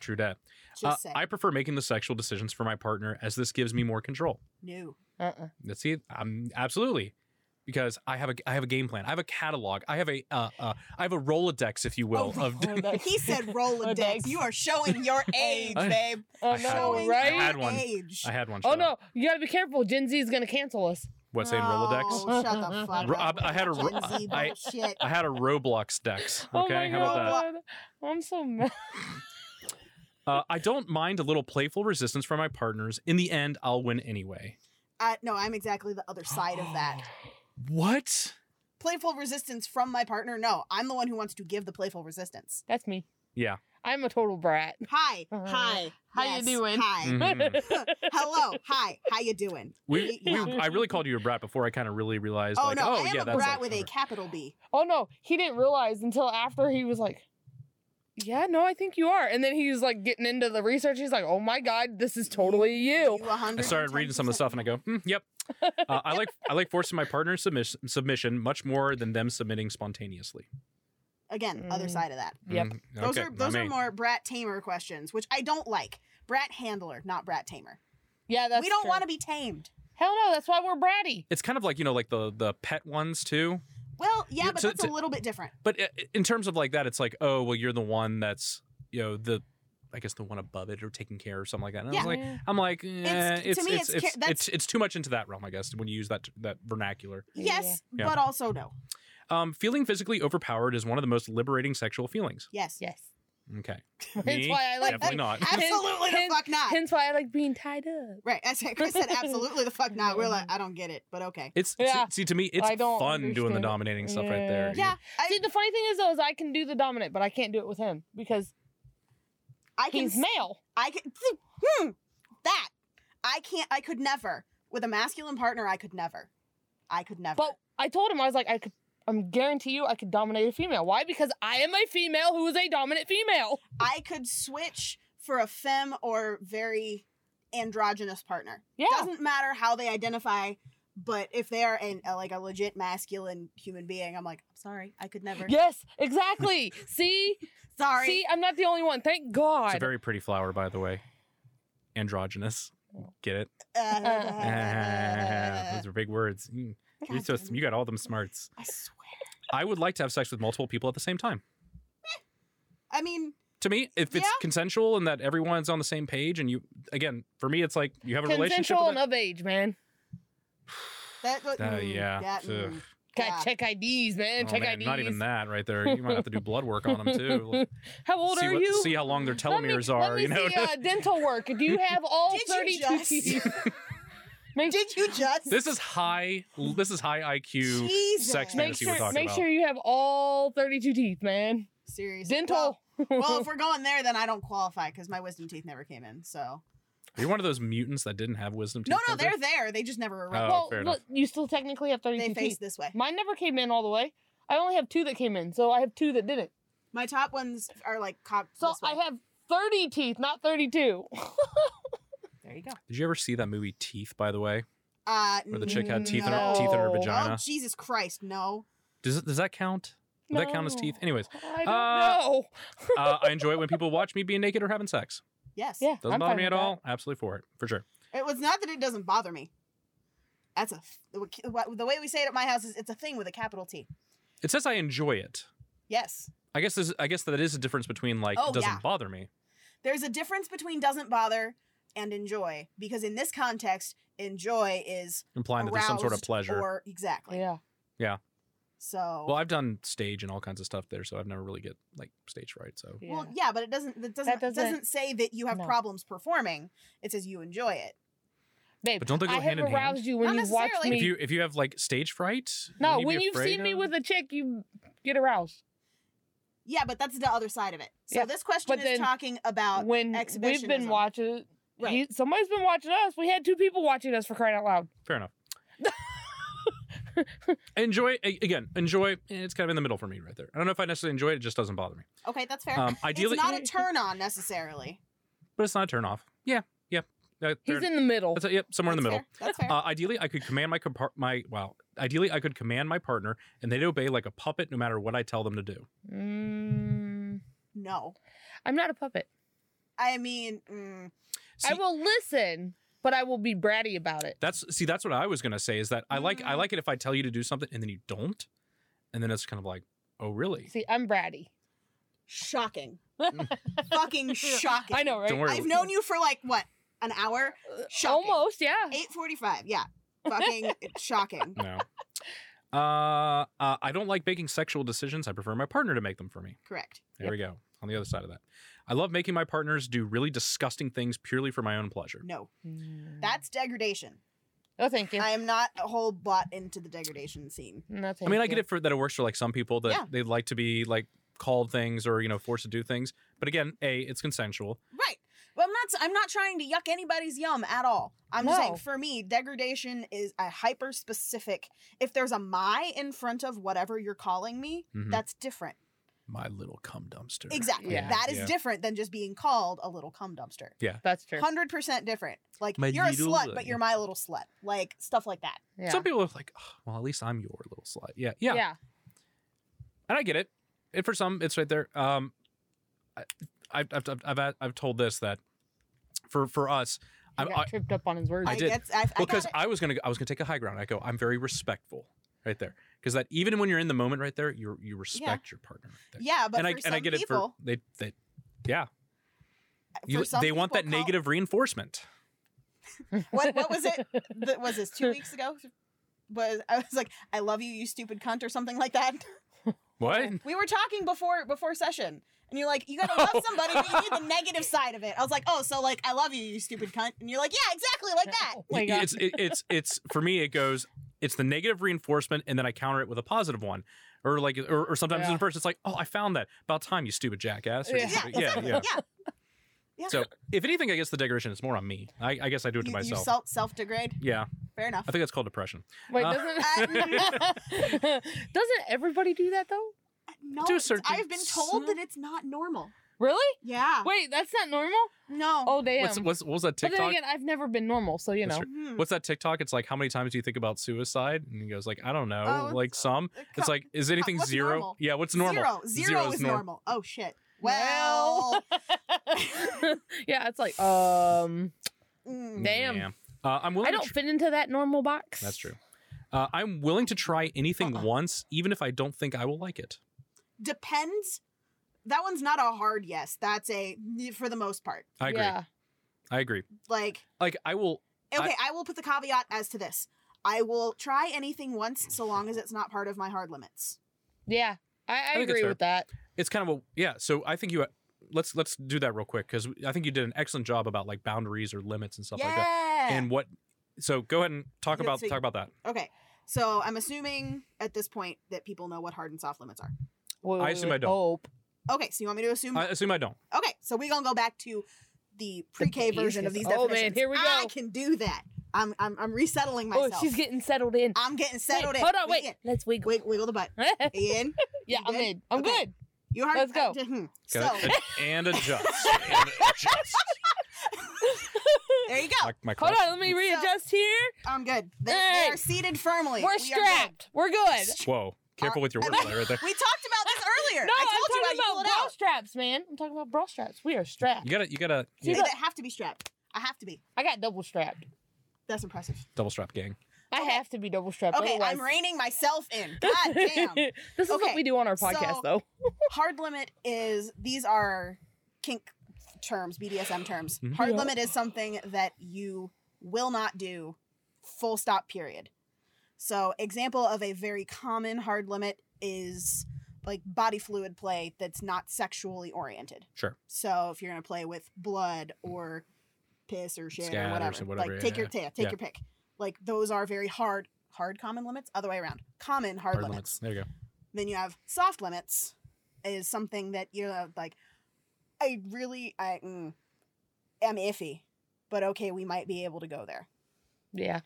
True dat. Uh,
Just say
I prefer making the sexual decisions for my partner as this gives me more control.
no.
Uh-uh.
That's it. Um, absolutely. Because I have a I have a game plan. I have a catalog. I have a uh, uh, I have a Rolodex, if you will, of
Oh, no.
He said
Oh, Thanks.
Rolodex. You are showing your age,
I-
babe.
Oh
I had
no,
one.
Showing
I
right?
had
your
one.
Age.
I had one.
Oh
shut up.
no, you gotta be careful. Gen Z is gonna cancel us.
What saying Rolodex?
Oh, shut the fuck
Ro-
up.
I- I had a ro-
Gen Z
I-
bullshit.
I had a Roblox dex.
Oh
Okay,
my
how about
god. I'm so mad.
that? Uh, I don't mind a little playful resistance from my partners. In the end, I'll win anyway.
I, no, I'm exactly the other side of that.
What?
playful resistance from my partner. No, I'm the one who wants to give the playful resistance.
That's me.
Yeah.
I'm a total brat.
Hi,
Uh,
hi,
how you doing?
Hi,
Mhm.
hello, hi, how you doing?
we, we,
Yeah.
I really called you a brat before I kind of really realized.
oh
like,
no,
oh
I am
yeah,
a
that's
brat
like,
with a capital B.
Oh no, he didn't realize until after he was like, "Yeah, no, I think you are." And then he's like getting into the research. He's like, "Oh my god, this is totally you."
You 110%.
I started reading some of the stuff and I go, "Hmm, yep. Uh, I like I like forcing my partner's submission, submission much more than them submitting spontaneously.
again, other
Mm.
side of that.
Yep.
Mhm.
Those
Okay,
are those
I
are
mean,
more brat tamer questions, which I don't like. Brat handler, not brat tamer.
Yeah, that's
we don't
true.
want to be tamed.
Hell no, that's why we're bratty.
It's kind of like you know like the the pet ones too.
Well, yeah,
Yeah,
but
so-
that's a
so-
little bit different.
But i- in terms of like that, it's like, oh, well, you're the one that's, you know, the, I guess the one above it or taking care or something like that. And I
Yeah.
was like, I'm like, eh,
to
it's, it's,
me,
it's,
it's
it's,
ca-
it's,
that's-
too much into that realm, I guess, when you use that that vernacular.
Yeah.
Yes,
Yeah.
but also no.
Um, feeling physically overpowered is one of the most liberating sexual feelings.
Yes.
Yes.
Okay,
That's
Me?
why I like.
definitely not.
Absolutely the
Hence-
fuck not.
Hence why I like being tied up.
Right. I said, Chris said absolutely the fuck not. We're like, I don't get it, but okay.
It's
Yeah.
see, see, to me, it's
I don't
fun doing the
understand it.
dominating stuff right there.
Yeah. I,
See, the funny thing is though, is I can do the dominant, but I can't do it with him because
I can,
he's
s-
male.
I can, hmm, that I can't, I could never with a masculine partner. I could never, I could never.
But I told him I was like, I could. I'm guarantee you, I could dominate a female. Why? Because I am a female who is a dominant female.
I could switch for a femme or very androgynous partner.
Yeah.
Doesn't matter how they identify, but if they are an, a, like a legit masculine human being, I'm like, I'm sorry, I could never.
Yes, exactly. See,
Sorry.
see, I'm not the only one. Thank God.
It's a very pretty flower, by the way. Androgynous, get it?
Uh,
Those are big words. Mm. You're
God
so,
damn it.
you got all them smarts.
I swear.
I would like to have sex with multiple people at the same time.
I mean,
to me if it's
Yeah.
consensual and that everyone's on the same page and you again for me it's like you have a relationship
Consensual
with
and of age, man.
that. that
that- Uh,
mm,
yeah
That,
Ugh.
mm,
Gotta
yeah.
check IDs, man.
Oh,
check
man,
IDs.
not even that right there you might have to do blood work on them too
How old
see,
are
what-
you?
see how long their
Let me-
telomeres
let
are
me
you know
see, uh, dental work. Do you have all
Did you
32
just-
teeth? Make,
Did you just?
this is high this is high iq
Jesus.
sex
make
fantasy we're
sure,
talking
make
about
sure you have all 32 teeth, man.
Seriously.
Dental.
Well,
Oh,
well, if we're going there, then I don't qualify because my wisdom teeth never came in. So
you're one of those mutants that didn't have wisdom teeth
no, no,
did they?
they're there. They just never arrived.
Oh,
well,
fair
look, you still technically have
they
32
face
teeth.
this way.
Mine never came in all the way. I only have two that came in, so I have two that didn't.
My top ones are like cocked.
So
this way.
I have 30 teeth, not 32.
There you go.
Did you ever see that movie Teeth? By the way,
Uh,
where the chick had teeth in her teeth in her
No.
vagina.
Oh, Jesus Christ, no.
Does does that count? Would that count as teeth?
No.
Anyways,
I don't
uh,
know.
uh, I enjoy it when people watch me being naked or having sex.
Yes.
Yeah,
Doesn't
I'm
bother
fine
me
with
at
that.
all. Absolutely for it, for sure.
It was not that it doesn't bother me. That's a what- the way we say it at my house is it's a thing with a capital T.
It says I enjoy it.
Yes.
I guess there's, I guess that is a difference between like
Oh,
it doesn't
yeah.
bother me.
There's a difference between doesn't bother and enjoy because in this context, enjoy is
implying that there's some sort of
aroused
pleasure.
Or exactly.
Yeah.
So
well, I've done stage and all kinds of stuff there, so I've never really get like stage fright. So
yeah.
Well, yeah, but it doesn't that doesn't doesn't,
doesn't-
say that you have
no.
problems performing. It says you enjoy it.
Babe,
But don't they go
I
hand
have
in hand?
aroused you when
Not
you've watched
necessarily.
me.
if you if you have like stage fright,
no,
wouldn't you
when
be
you've
afraid
seen me
of-
with a chick, you get aroused.
Yeah, but that's the other side of it. So
Yeah,
this question
but
is
then
talking about
when we've been
Uh, exhibitionism.
watching,
Right.
he- somebody's been watching us. We had two people watching us for crying out loud.
fair enough. enjoy a- again. Enjoy. eh, It's kind of in the middle for me right there. I don't know if I necessarily enjoy it. It just doesn't bother me.
Okay, that's fair.
Um, ideally,
it's not a turn on necessarily.
but it's not a turn off. Yeah, yeah. Uh,
He's
fair-
in the middle.
that's a- yep, somewhere in the
That's
middle.
fair, That's fair.
Uh, ideally, I could command my compar- my wow. Ideally, I could command my partner, and they'd obey like a puppet, no matter what I tell them to do.
Mm,
no,
I'm not a puppet.
I mean, mm,
See-
I will listen, but I will be bratty about it.
That's see, that's what I was gonna say is that I like I
Mm.
like it if I tell you to do something and then you don't, and then it's kind of like, oh really?
See, I'm bratty.
shocking, fucking shocking.
Mm. I know, right?
Don't worry.
I've known you for like what an hour, Shocking.
Almost, yeah.
eight forty-five. Yeah, fucking shocking.
No. Uh, uh, I don't like making sexual decisions. I prefer my partner to make them for me.
Correct.
There we go. On the other side of that, I love making my partners do really disgusting things purely for my own pleasure.
No,
Mm.
that's degradation.
no, thank you.
I am not a whole bought into the degradation scene.
no,
I
thank
mean, I
you.
get it for that it works for like some people that
Yeah.
they like to be like called things or you know forced to do things. But again, a it's consensual.
Right. But I'm not. I'm not trying to yuck anybody's yum at all. I'm just saying,
No.
for me, degradation is a hyper specific. If there's a my in front of whatever you're calling me,
Mhm.
that's different.
My little cum dumpster.
Exactly.
Mm-hmm. Yeah.
That is
Yeah.
different than just being called a little cum dumpster.
That's true.
Hundred percent different. Like
My
you're a
little-
slut, but you're my little slut. Like stuff like that.
Yeah.
Some people are like, "Ugh, well, at least I'm your little slut. Yeah, yeah.
yeah.
and I get it. And for some, it's right there. Um, I, I've, I've, I've, I've, I've told this that for for us,
I,
I,
got
I,
tripped up on his words.
I did.
That's, I, I
because
got it.
I was gonna I was gonna take a high ground. I go, I'm very respectful right there because that even when you're in the moment right there, you you respect your partner. Right there.
yeah, but
and I
for
and I
some
get it for
people,
they they yeah
for
you,
some
they want that
people call-
negative reinforcement.
What what was it? That was this two weeks ago? Was I was like, I love you, you stupid cunt, or something like that.
What?
We were talking before before session, and you're like, you gotta love
Oh.
somebody, but you need the negative side of it. I was like, oh, so like, I love you, you stupid cunt, and you're like, yeah, exactly like that.
Oh my
Y-
God.
It's it, it's it's for me. It goes. It's the negative reinforcement, and then I counter it with a positive one, or like, or, or sometimes
Yeah.
in person, it's like, oh, I found that. About time, you stupid jackass. or
Yeah.
Yeah,
something. yeah,
exactly.
yeah.
yeah.
So, if anything, I guess the degradation is more on me. I, I guess I do it to
you, you
myself.
self self degrade.
yeah,
Fair enough.
I think that's called depression.
Wait,
Uh,
doesn't doesn't everybody do that though?
No,
to a
it's-
certain
I've been told
extent.
that it's not normal.
Really?
Yeah.
Wait, that's not normal.
No.
Oh damn!
What's, what's what was that
but then
TikTok?
again, I've never been normal, so you
That's
know.
true.
Mhm.
What's that TikTok? It's like, how many times do you think about suicide? And he goes like, I don't know,
Oh, it's-
like some.
Uh,
It's
co-
like, is anything
what's
zero?
normal?
Yeah, what's normal?
Zero. Zero,
Zero is
is
norm-
normal. Oh shit. Well.
Well. yeah, it's like um,
mm.
damn.
Yeah. Uh, I'm willing.
I
to
don't
tr-
fit into that normal box.
That's true. Uh, I'm willing to try anything
Uh-uh.
once, even if I don't think I will like it.
depends. That one's not a hard yes. That's a for the most part.
I agree.
Yeah.
I agree.
Like
Like I will.
okay, I, will put the caveat as to this. I will try anything once so long as it's not part of my hard limits.
Yeah. I, I,
think it's
agree
fair.
with that.
It's kind of a yeah. So I think you. Let's let's do that real quick because I think you did an excellent job about like boundaries or limits and stuff like that.
yeah.
And what? So go ahead and talk
Yeah,
about
so-
talk about that.
okay. So I'm assuming at this point that people know what hard and soft limits are.
Wait, wait,
assume
wait, Oh,
I don't.
Hope.
Okay, so you want me to assume?
I assume I don't.
okay, so we're gonna go back to the pre-K version of these
basics. Oh, man,
definitions.
here we
I
go.
can do that. I'm I'm, I'm resettling myself.
Oh, she's getting settled in.
I'm getting settled
Hey,
in.
Hold on, wait.
Wiggle-
Let's wiggle.
Wiggle, wiggle the butt. In.
yeah, I'm
good?
in. I'm
Okay.
good.
You hard.
Let's go.
uh, mhm.
Got
so
it. And adjust. and adjust.
There you go.
My, my
Hold
clutch.
on, let me readjust here.
I'm good. They, they
Hey.
are seated firmly.
We're
We are good.
strapped. We're good.
Whoa. Careful with your
and
words
then-
right there.
We talked about this earlier.
No,
I
I'm
told
talking
you how you pull
about
it
bra
out.
straps, man. I'm talking about bra straps. We are strapped.
You gotta, you gotta
See,
yeah,
They
look,
don't have to be strapped. I have to be.
I got double strapped.
That's impressive.
double strap gang.
I
Okay.
have to be double strapped.
Okay,
otherwise-
I'm reining myself in. God damn.
this is
Okay,
what we do on our podcast,
so-
though.
Hard limit is these are kink terms, BDSM terms.
Mhm.
Hard
Yeah.
limit is something that you will not do full stop period. So, example of a very common hard limit is like body fluid play that's not sexually oriented.
Sure.
So if you're gonna play with blood or piss or shit
Scat
or
or
whatever,
some- whatever,
like take your
yeah.
tail, take
Yeah.
your pick. Like those are very hard, hard common limits. Other way around, common hard, limits.
There you go.
Then you have soft limits, is something that you're uh, like, I really, I mm, am iffy, but okay, we might be able to go there.
Yeah.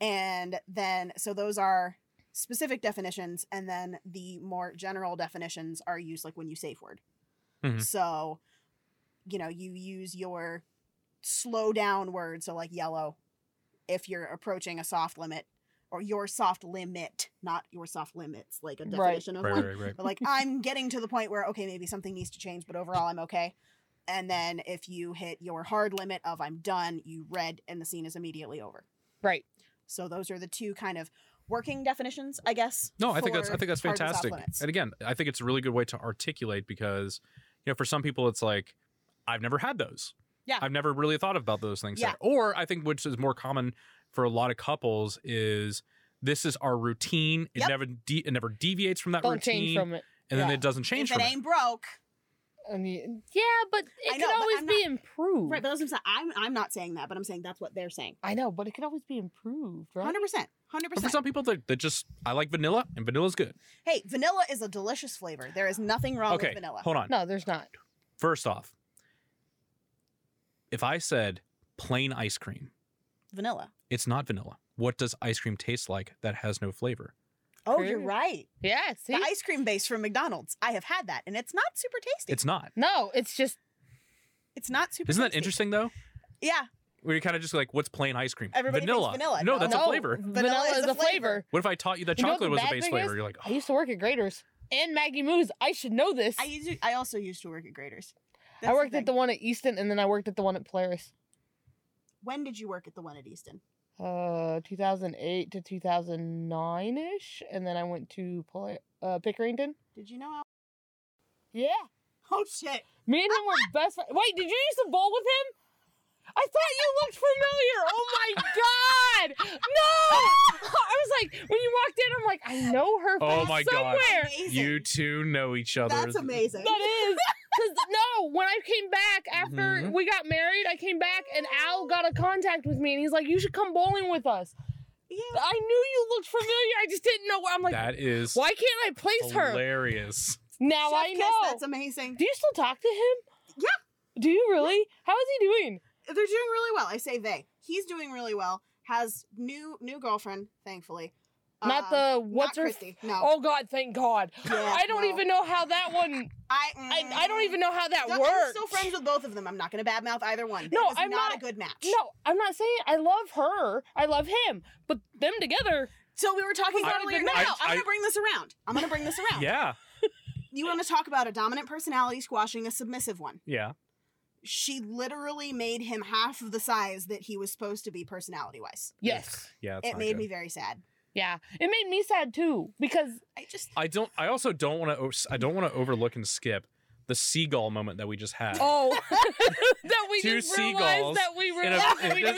And then so those are specific definitions, and then the more general definitions are used like when you safe word.
Mhm.
So, you know, you use your slow down word, so like yellow, if you're approaching a soft limit, or your soft limit, not your soft limits, like a
Right.
definition of
Right,
one.
right, right, right.
But like I'm getting to the point where okay, maybe something needs to change, but overall I'm okay. And then if you hit your hard limit of I'm done, you red and the scene is immediately over.
Right.
So those are the two kind of working definitions, I guess.
No, I think that's I
for
think that's
hard and soft
fantastic.
limits.
And again, I think it's a really good way to articulate because you know, for some people it's like I've never had those.
Yeah.
I've never really thought about those things.
Yeah.
Or I think which is more common for a lot of couples is this is our routine. It
Yep.
never de- it never deviates from that
Don't
routine
change from it.
and then
yeah.
it doesn't change
if it
from
ain't broke,
I mean, yeah, but it
I
can
know, but
always
I'm
be improved.
right? But that's what I'm saying. I'm I'm not saying that, but I'm saying that's what they're saying.
I know, but it can always be improved, right?
Hundred percent, hundred
But for
percent.
some people that that just I like vanilla and vanilla's good.
Hey, vanilla is a delicious flavor. There is nothing wrong
okay.
with vanilla.
Hold on.
No, there's not.
First off, if I said plain ice cream,
Vanilla.
it's not vanilla. What does ice cream taste like that has no flavor?
Oh,
True.
you're right.
Yeah, see?
The ice cream base from McDonald's. I have had that, and it's not super tasty.
It's not.
no, it's just
It's not super.
Isn't that
tasty.
interesting though?
Yeah,
Where you're kind of just like, what's plain ice cream?
Everybody thinks
vanilla.
vanilla.
No,
No.
Oh, that's
no,
a flavor.
Vanilla,
Vanilla
is, a flavor.
What if I taught you that
You know what
chocolate
the
was a
bad
base
thing
flavor?
is?
You're like,
I used to work at Graders and Maggie Moose. I should know this.
I
I,
used. to- I also used to work at Graders. That's
worked at the
thing.
one at Easton and then I worked at the one at Polaris.
When did you work at the one at Easton?
Uh, 2008 to 2009 ish, and then I went to Pol- uh, Pickerington.
Did you know? How-
Yeah,
oh shit!
me and him were best friends. Wait, did you used to bowl with him? I thought you looked familiar. Oh my god! No, I was like, when you walked in, I'm like, I know her
Oh
from
my God.
somewhere.
Amazing.
"Oh, you two know each other.
That's amazing.
That is. Cause no, when I came back after
Mhm.
we got married, I came back and Al got a contact with me and he's like, You should come bowling with us.
Yeah.
I knew you looked familiar. I just didn't know where I'm like,
that is
why can't I place her?
hilarious.
Now
Chef
I
kiss,
know.
That's amazing.
do you still talk to him? Yeah. Do you really? How is he doing?
They're doing really well. I say they. He's doing really well. Has new new girlfriend, thankfully.
not
Um,
the what's her
not Christy. No.
Oh god, thank God.
Yeah,
I don't
no.
even know how that one
I,
I, I don't even know how that
No,
works.
I'm still friends with both of them. I'm not going to badmouth either one. That
No,
is
I'm
not,
not-
a good match.
no, I'm not saying I love her. I love him. But them together,
So we were talking
Not a
earlier.
good
No, no,
match.
no, I'm
I-
going to bring this around. I'm going to bring this around.
Yeah.
You want to talk about a dominant personality squashing a submissive one?
Yeah.
She literally made him half of the size that he was supposed to be personality wise.
yes.
Yeah. that's
It
not
made
good.
me very sad.
Yeah, it made me sad too because
I just
I don't. I also don't want to. I don't want to overlook and skip the seagull moment that we just had.
oh, that we
Two
just realized
seagulls
that we were
in a-
laughing
in
at each
this-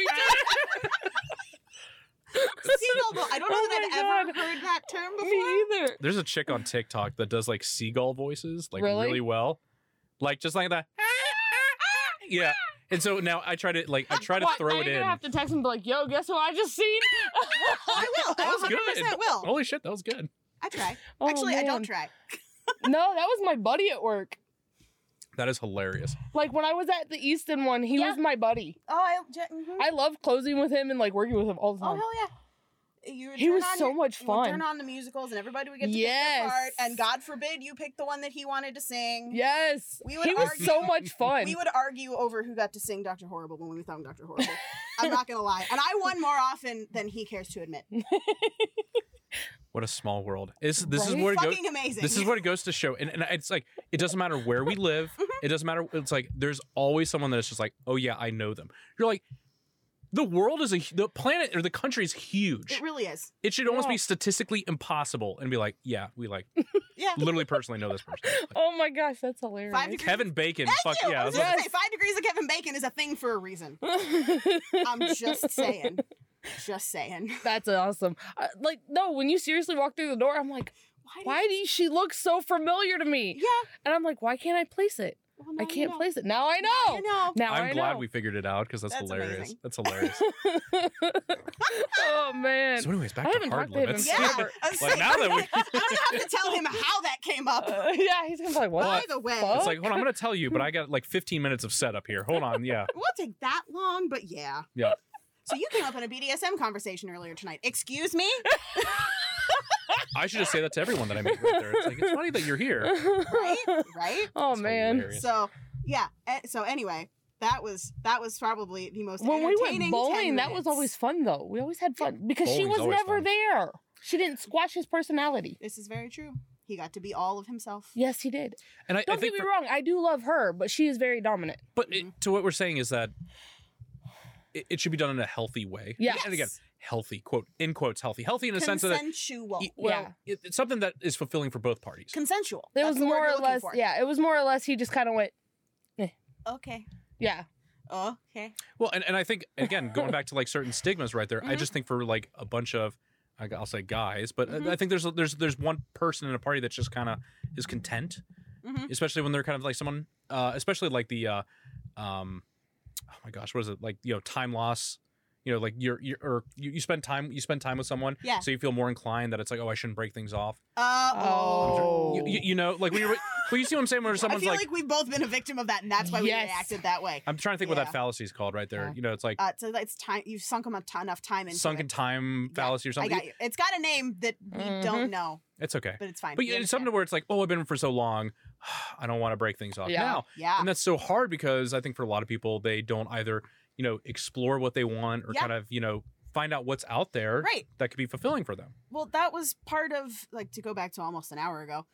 other.
seagull. bo- I don't know
Oh
that
my
I've
God.
ever heard that term before.
Me either.
There's a chick on TikTok that does like seagull voices, like
Really?
really, well, like just like that. Yeah. And so now I try to like I try to
What,
throw it
I ain't
in.
gonna have to text him like, "Yo, guess who I just seen?"
I will. I
was
100%
good.
will.
Holy shit, that was good.
I try.
Oh,
Actually, I don't
man.
try.
No, that was my buddy at work.
That is hilarious.
Like when I was at the Easton one, he
Yeah.
was my buddy.
Oh, I. mm
mm-hmm. I love closing with him and like working with him all the
Oh
time.
hell yeah! You would
He
turn
was
on
so
your-
much
you would
fun.
Turn on the musicals, and everybody would get to pick their
Yes.
part. And God forbid you pick the one that he wanted to sing.
Yes.
We would
he was so
argue-
much fun.
We would argue over who got to sing Dr. Horrible when we found Dr. Horrible. I'm not gonna lie, and I won more often than he cares to admit.
What a small world. Is this is
Right?
where it goes?
Fucking amazing.
This is what it goes to show, and, and it's like it doesn't matter where we live. It doesn't matter. It's like there's always someone that's just like, oh yeah, I know them. You're like, the world is a hu- the planet or the country is huge.
It really is.
It should almost
Yeah.
be statistically impossible, and be like, yeah, we like
Yeah.
literally personally know this person. Like,
oh my gosh, that's hilarious.
Five degrees.
Kevin Bacon,
Thank
fuck
you. I
yeah,
was
that's
gonna
like-
say, five degrees of Kevin Bacon is a thing for a reason. I'm just saying. Just saying.
That's awesome. Uh, like, no, when you seriously walk through the door, I'm like,
Why?
why does she look so familiar to
do-
me?
yeah.
And I'm like, why can't I place it?
Well, now
I
you
can't
know.
place it. Now I
Now
know.
you know.
Now
I'm
I
glad
know.
we figured it out because that's,
That's
hilarious.
amazing.
That's hilarious.
oh man.
so, anyways, back
I
to
haven't
hard
talked to him in
limits.
Yeah.
forever.
I was
Like,
saying,
now that we-
I'm gonna have to tell him how that came up.
Uh, yeah, he's gonna be like, what?
By the way,
fuck?
It's like, hold on, I'm gonna tell you, but I got like 15 minutes of setup here. Hold on, yeah.
it won't take that long, but yeah.
Yeah.
So you came up in a BDSM conversation earlier tonight. Excuse me?
I should just say that to everyone that I meet right there. It's like it's funny that you're here.
Right? Right?
oh
It's
man.
hilarious.
So yeah. eh, So anyway, that was that was probably the most
When we went
entertaining 10
bowling, that was
minutes.
always fun though. We always had fun because she
Bowling's
was
always
never
fun.
there. She didn't squash his personality.
This is very true. He got to be all of himself.
Yes, he did.
And I, I
Don't
think,
get me
for-
wrong, I do love her, but she is very dominant.
but it, to what we're saying is that it, it should be done in a healthy way.
Yeah.
And again, healthy quote in quotes healthy, healthy in a sense of that.
Consensual.
y- Well,
Yeah.
it- it's something that is fulfilling for both parties.
Consensual.
It
That's
was
the word
more
you're
or
looking
less,
for.
yeah. It was more or less. He just kind of went,
Okay.
yeah,
Okay.
Well, and, and I think again going back to like certain stigmas right there. I
Mhm.
just think for like a bunch of I g- I'll say guys, but I-
Mhm.
I think there's there's there's one person in a party that's just kind of is content,
Mhm.
especially when they're kind of like someone, uh, especially like the, uh, um, oh my gosh, what is it like? You know, time loss. You know, like you're, you're or you, you spend time you spend time with someone,
Yeah.
So you feel more inclined that it's like, oh, I shouldn't break things off.
Uh oh.
You, you, you know, like when you're, well, you see what I'm saying? Where
I
someone's
feel
like,
like, we've both been a victim of that, and that's why
Yes.
we reacted that way.
I'm trying to think what
Yeah.
that fallacy is called right there.
Yeah.
You know, it's like
Uh, so it's time you've sunk 'em a ton- enough time into
sunken
it.
time
Yeah,
fallacy or
I
something.
got you. It's got a name that we
Mm-hmm.
don't know,
It's okay,
but it's fine.
but
We
yeah, it's
understand.
something where it's like, oh, I've been in for so long, I don't want to break things off
Yeah.
now.
yeah,
and that's so hard because I think for a lot of people they don't either you know explore what they want or
Yeah.
kind of you know find out what's out there
right.
that could be fulfilling for them.
Well, that was part of like to go back to almost an hour ago.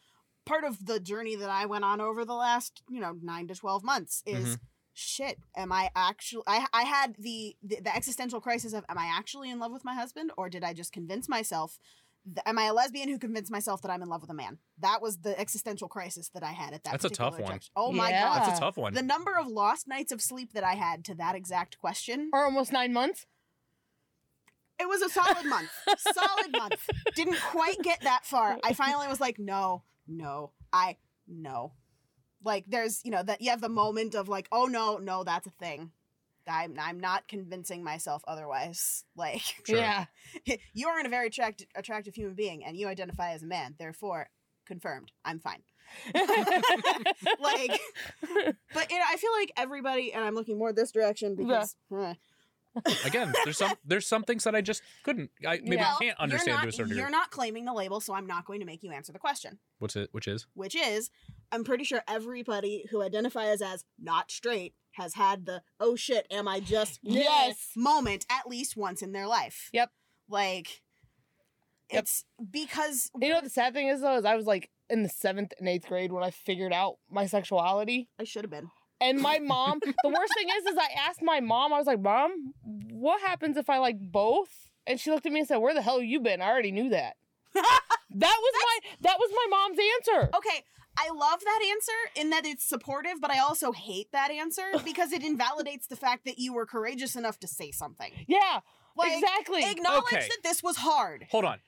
Part of the journey that I went on over the last you know nine to twelve months is.
Mm-hmm.
Shit, am I actually? I I had the, the the existential crisis of am I actually in love with my husband or did I just convince myself? Th- am I a lesbian who convinced myself that I'm in love with a man? That was the existential crisis that I had at that.
That's a
particular
tough one.
junction. Oh my
Yeah.
god,
That's a tough one.
the number of lost nights of sleep that I had to that exact question.
or almost nine months.
It was a solid month. solid month. Didn't quite get that far. I finally was like, no, no, I no. Like there's, you know, that you have the moment of like, oh no, no, that's a thing. I'm I'm not convincing myself otherwise. Like
Sure.
Yeah,
you are in a very attract- attractive human being and you identify as a man, therefore confirmed. I'm fine. like but you know, I feel like everybody and I'm looking more this direction because eh.
Again, there's some there's some things that I just couldn't I maybe
Yeah.
can't understand
you're not,
to a certain
You're
degree.
not claiming the label, so I'm not going to make you answer the question,
What's it? Which is
which is I'm pretty sure everybody who identifies as not straight has had the oh shit, am I just
Yes.
moment at least once in their life.
Yep.
Like
Yep.
it's because
you know what the sad thing is though is I was like in the seventh and eighth grade when I figured out my sexuality.
I should have been.
And my mom, the worst thing is, is I asked my mom, I was like, Mom, what happens if I like both? And she looked at me and said, Where the hell you been? I already knew that. that was my that was my mom's answer.
Okay, I love that answer in that it's supportive, but I also hate that answer because it invalidates the fact that you were courageous enough to say something.
Yeah,
Like,
exactly.
Acknowledge
Okay.
that this was hard.
hold on.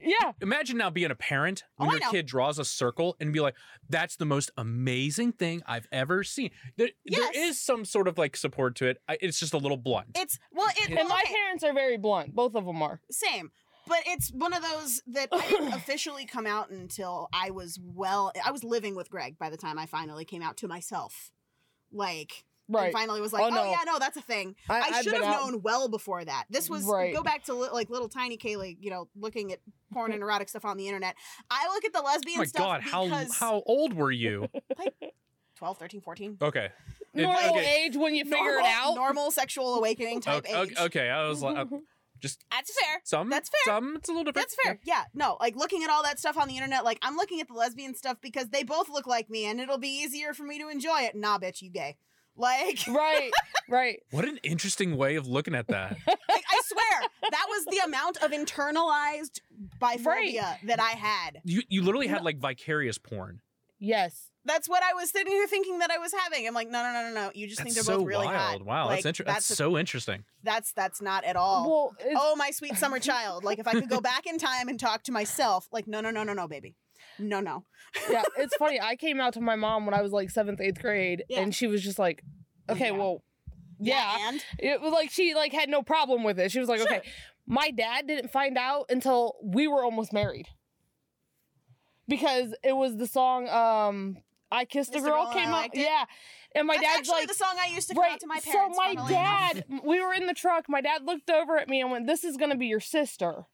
yeah,
Imagine now being a parent when
Oh, I
your
know.
kid draws a circle and be like, "That's the most amazing thing I've ever seen." There,
Yes.
there is some sort of like support to it. I, it's just a little blunt.
It's well, it,
and
well,
my
okay.
parents are very blunt. Both of them are.
same but it's one of those that i didn't officially come out until i was well i was living with greg by the time i finally came out to myself like
Right.
and finally was like,
Oh,
oh,
no.
yeah, no, that's a thing.
I,
I
I've
should
been
have
out-
known well before that. This was
Right.
go back to li- like little tiny Kaylee, you know, looking at porn and erotic stuff on the internet. I look at the lesbian
Oh my
stuff
god, how
because
how old were you?
12, 13, 14.
Okay. It-
normal
okay.
age when you figure
normal,
it out.
Normal sexual awakening type
Okay, okay,
age.
okay, I was like, uh, just
That's fair.
some.
That's fair.
Some, it's a little different.
That's fair. Yeah. No, like looking at all that stuff on the internet, like I'm looking at the lesbian stuff because they both look like me and it'll be easier for me to enjoy it. Nah, bitch, you gay. Like,
right, right.
Yeah. What an interesting way of looking at that.
like, I swear, that was the amount of internalized biphobia that I had.
You you literally had like vicarious porn.
Yes.
That's what I was sitting here thinking that I was having. I'm like, no, no, no, no, no. You just think
That's
they're
so
both really
wild.
hot.
Wow,
Like,
that's interesting. That's,
That's,
so interesting.
that's that's not at all.
Well, it's,
oh, my sweet summer child. Like if I could go back in time and talk to myself, like no, no, no, no, no, baby, no, no.
yeah, it's funny. I came out to my mom when I was like seventh, eighth grade,
Yeah.
and she was just like, "Okay,
Yeah.
well, yeah."
and
It was like she like had no problem with it. She was like,
Sure.
"Okay." My dad didn't find out until we were almost married, because it was the song um "I Kissed a
Kissed a
Girl"
Girl and I
came out.
Liked It?
Yeah, and my
That's
dad's
actually
like.
the song I used to
Right.
come to my
So
parents.
my
funnily enough.
dad, we were in the truck. My dad looked over at me and went, "This is gonna be your sister."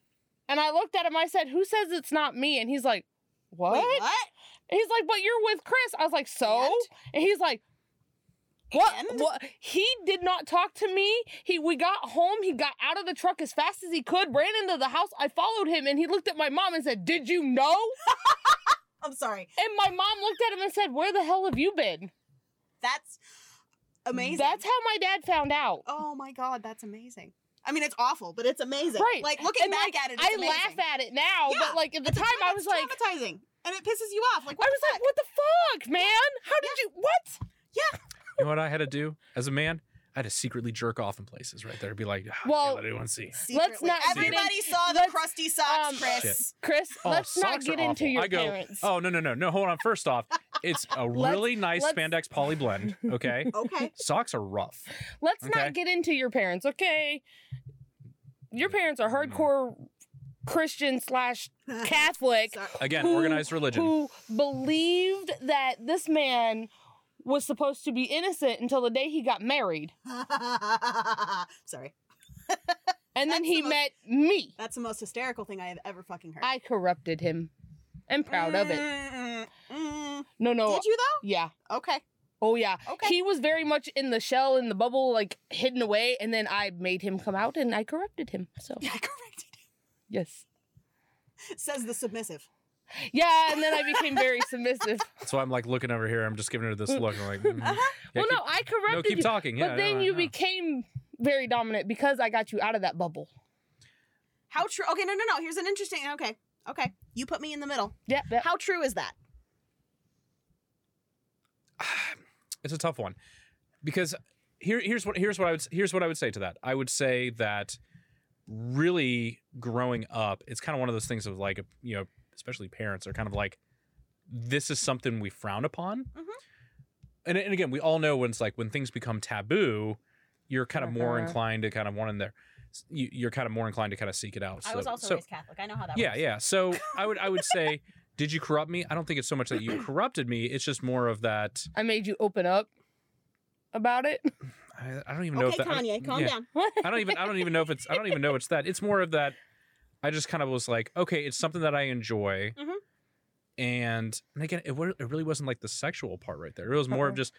And I looked at him. I said, "Who says it's not me?" And he's like, "What?"
Wait, what?
And he's like, "But you're with Chris." I was like, "So?"
And?
And he's like, "What?
And?
What?" He did not talk to me. He we got home. He got out of the truck as fast as he could, ran into the house. I followed him, and he looked at my mom and said, "Did you know?"
I'm sorry.
and my mom looked at him and said, "Where the hell have you been?"
That's amazing.
That's how my dad found out.
oh my god, that's amazing. I mean, it's awful, but it's amazing.
Right.
Like looking
And,
back
like,
at it, it's
I
amazing.
laugh at it now,
Yeah.
but like at the
At
time, I was
it's
like,
traumatizing, and it pisses you off. Like
I
what
was
the
like, what the fuck, man? How did you what?
You know what I had to do as a man? I had to secretly jerk off in places right there. Be like, ah,
Well,
can't let anyone see.
fuck?
Let's
Secretly.
not get
Everybody
in-
saw the
let's-
crusty socks,
um,
Chris.
Chris,
Oh,
let's not
socks are
get into
awful.
your
I go,
parents.
Oh no no no no! Hold on. First off, it's a
Let's-
really nice
let's-
spandex poly blend. Okay,
Okay.
socks are rough.
Let's
okay.
not get into your parents, okay? Your parents are
Mm-hmm.
hardcore Christian slash Catholic
Sorry.
Again,
Who-
organized religion.
who believed that this man was supposed to be innocent until the day he got married,
Sorry.
and then
That's
he
the most-
met me.
That's the most hysterical thing I have ever fucking heard.
I corrupted him. I'm proud of it.
Mm, mm, mm.
No, no,
Did you
yeah.
though? Okay.
Oh yeah.
Okay.
He was very much in the shell in the bubble, like hidden away, and then I made him come out and I corrupted him. So
Yeah, corrected.
yes.
Says the submissive.
Yeah, and then I became very submissive.
So I'm like looking over here. I'm just giving her this look. I'm like, mm.
Uh-huh.
Yeah,
well
keep-
no, I
no,
corrupted
keep
you.
talking. Yeah,
but
no,
then
I
you
know.
became very dominant because I got you out of that bubble.
How true? Okay, no, no, no. Here's an interesting. Okay, okay. You put me in the middle.
Yeah. That,
How true is that?
it's a tough one because here here's what here's what I would here's what I would say to that. I would say that really growing up, it's kind of one of those things of like you know, especially parents are kind of like this is something we frown upon.
Mhm.
And and again, we all know when it's like when things become taboo, you're kind of more
Uh-huh.
inclined to kind of want in there. You, you're kind of more inclined to kind of seek it out. So- so,
Catholic. I know how that
yeah yeah so i would i would say did you corrupt me i don't think it's so much that you corrupted me it's just more of that
I made you open up about it.
i, I don't even know
okay,
if that I
Kanye,
don't-
calm
yeah.
down.
i don't even i don't even know if it's i don't even know it's that it's more of that i just kind of was like okay it's something that i enjoy
Mhm.
and, and again it, wa- it really wasn't like the sexual part right there it was more of
Uh-uh.
just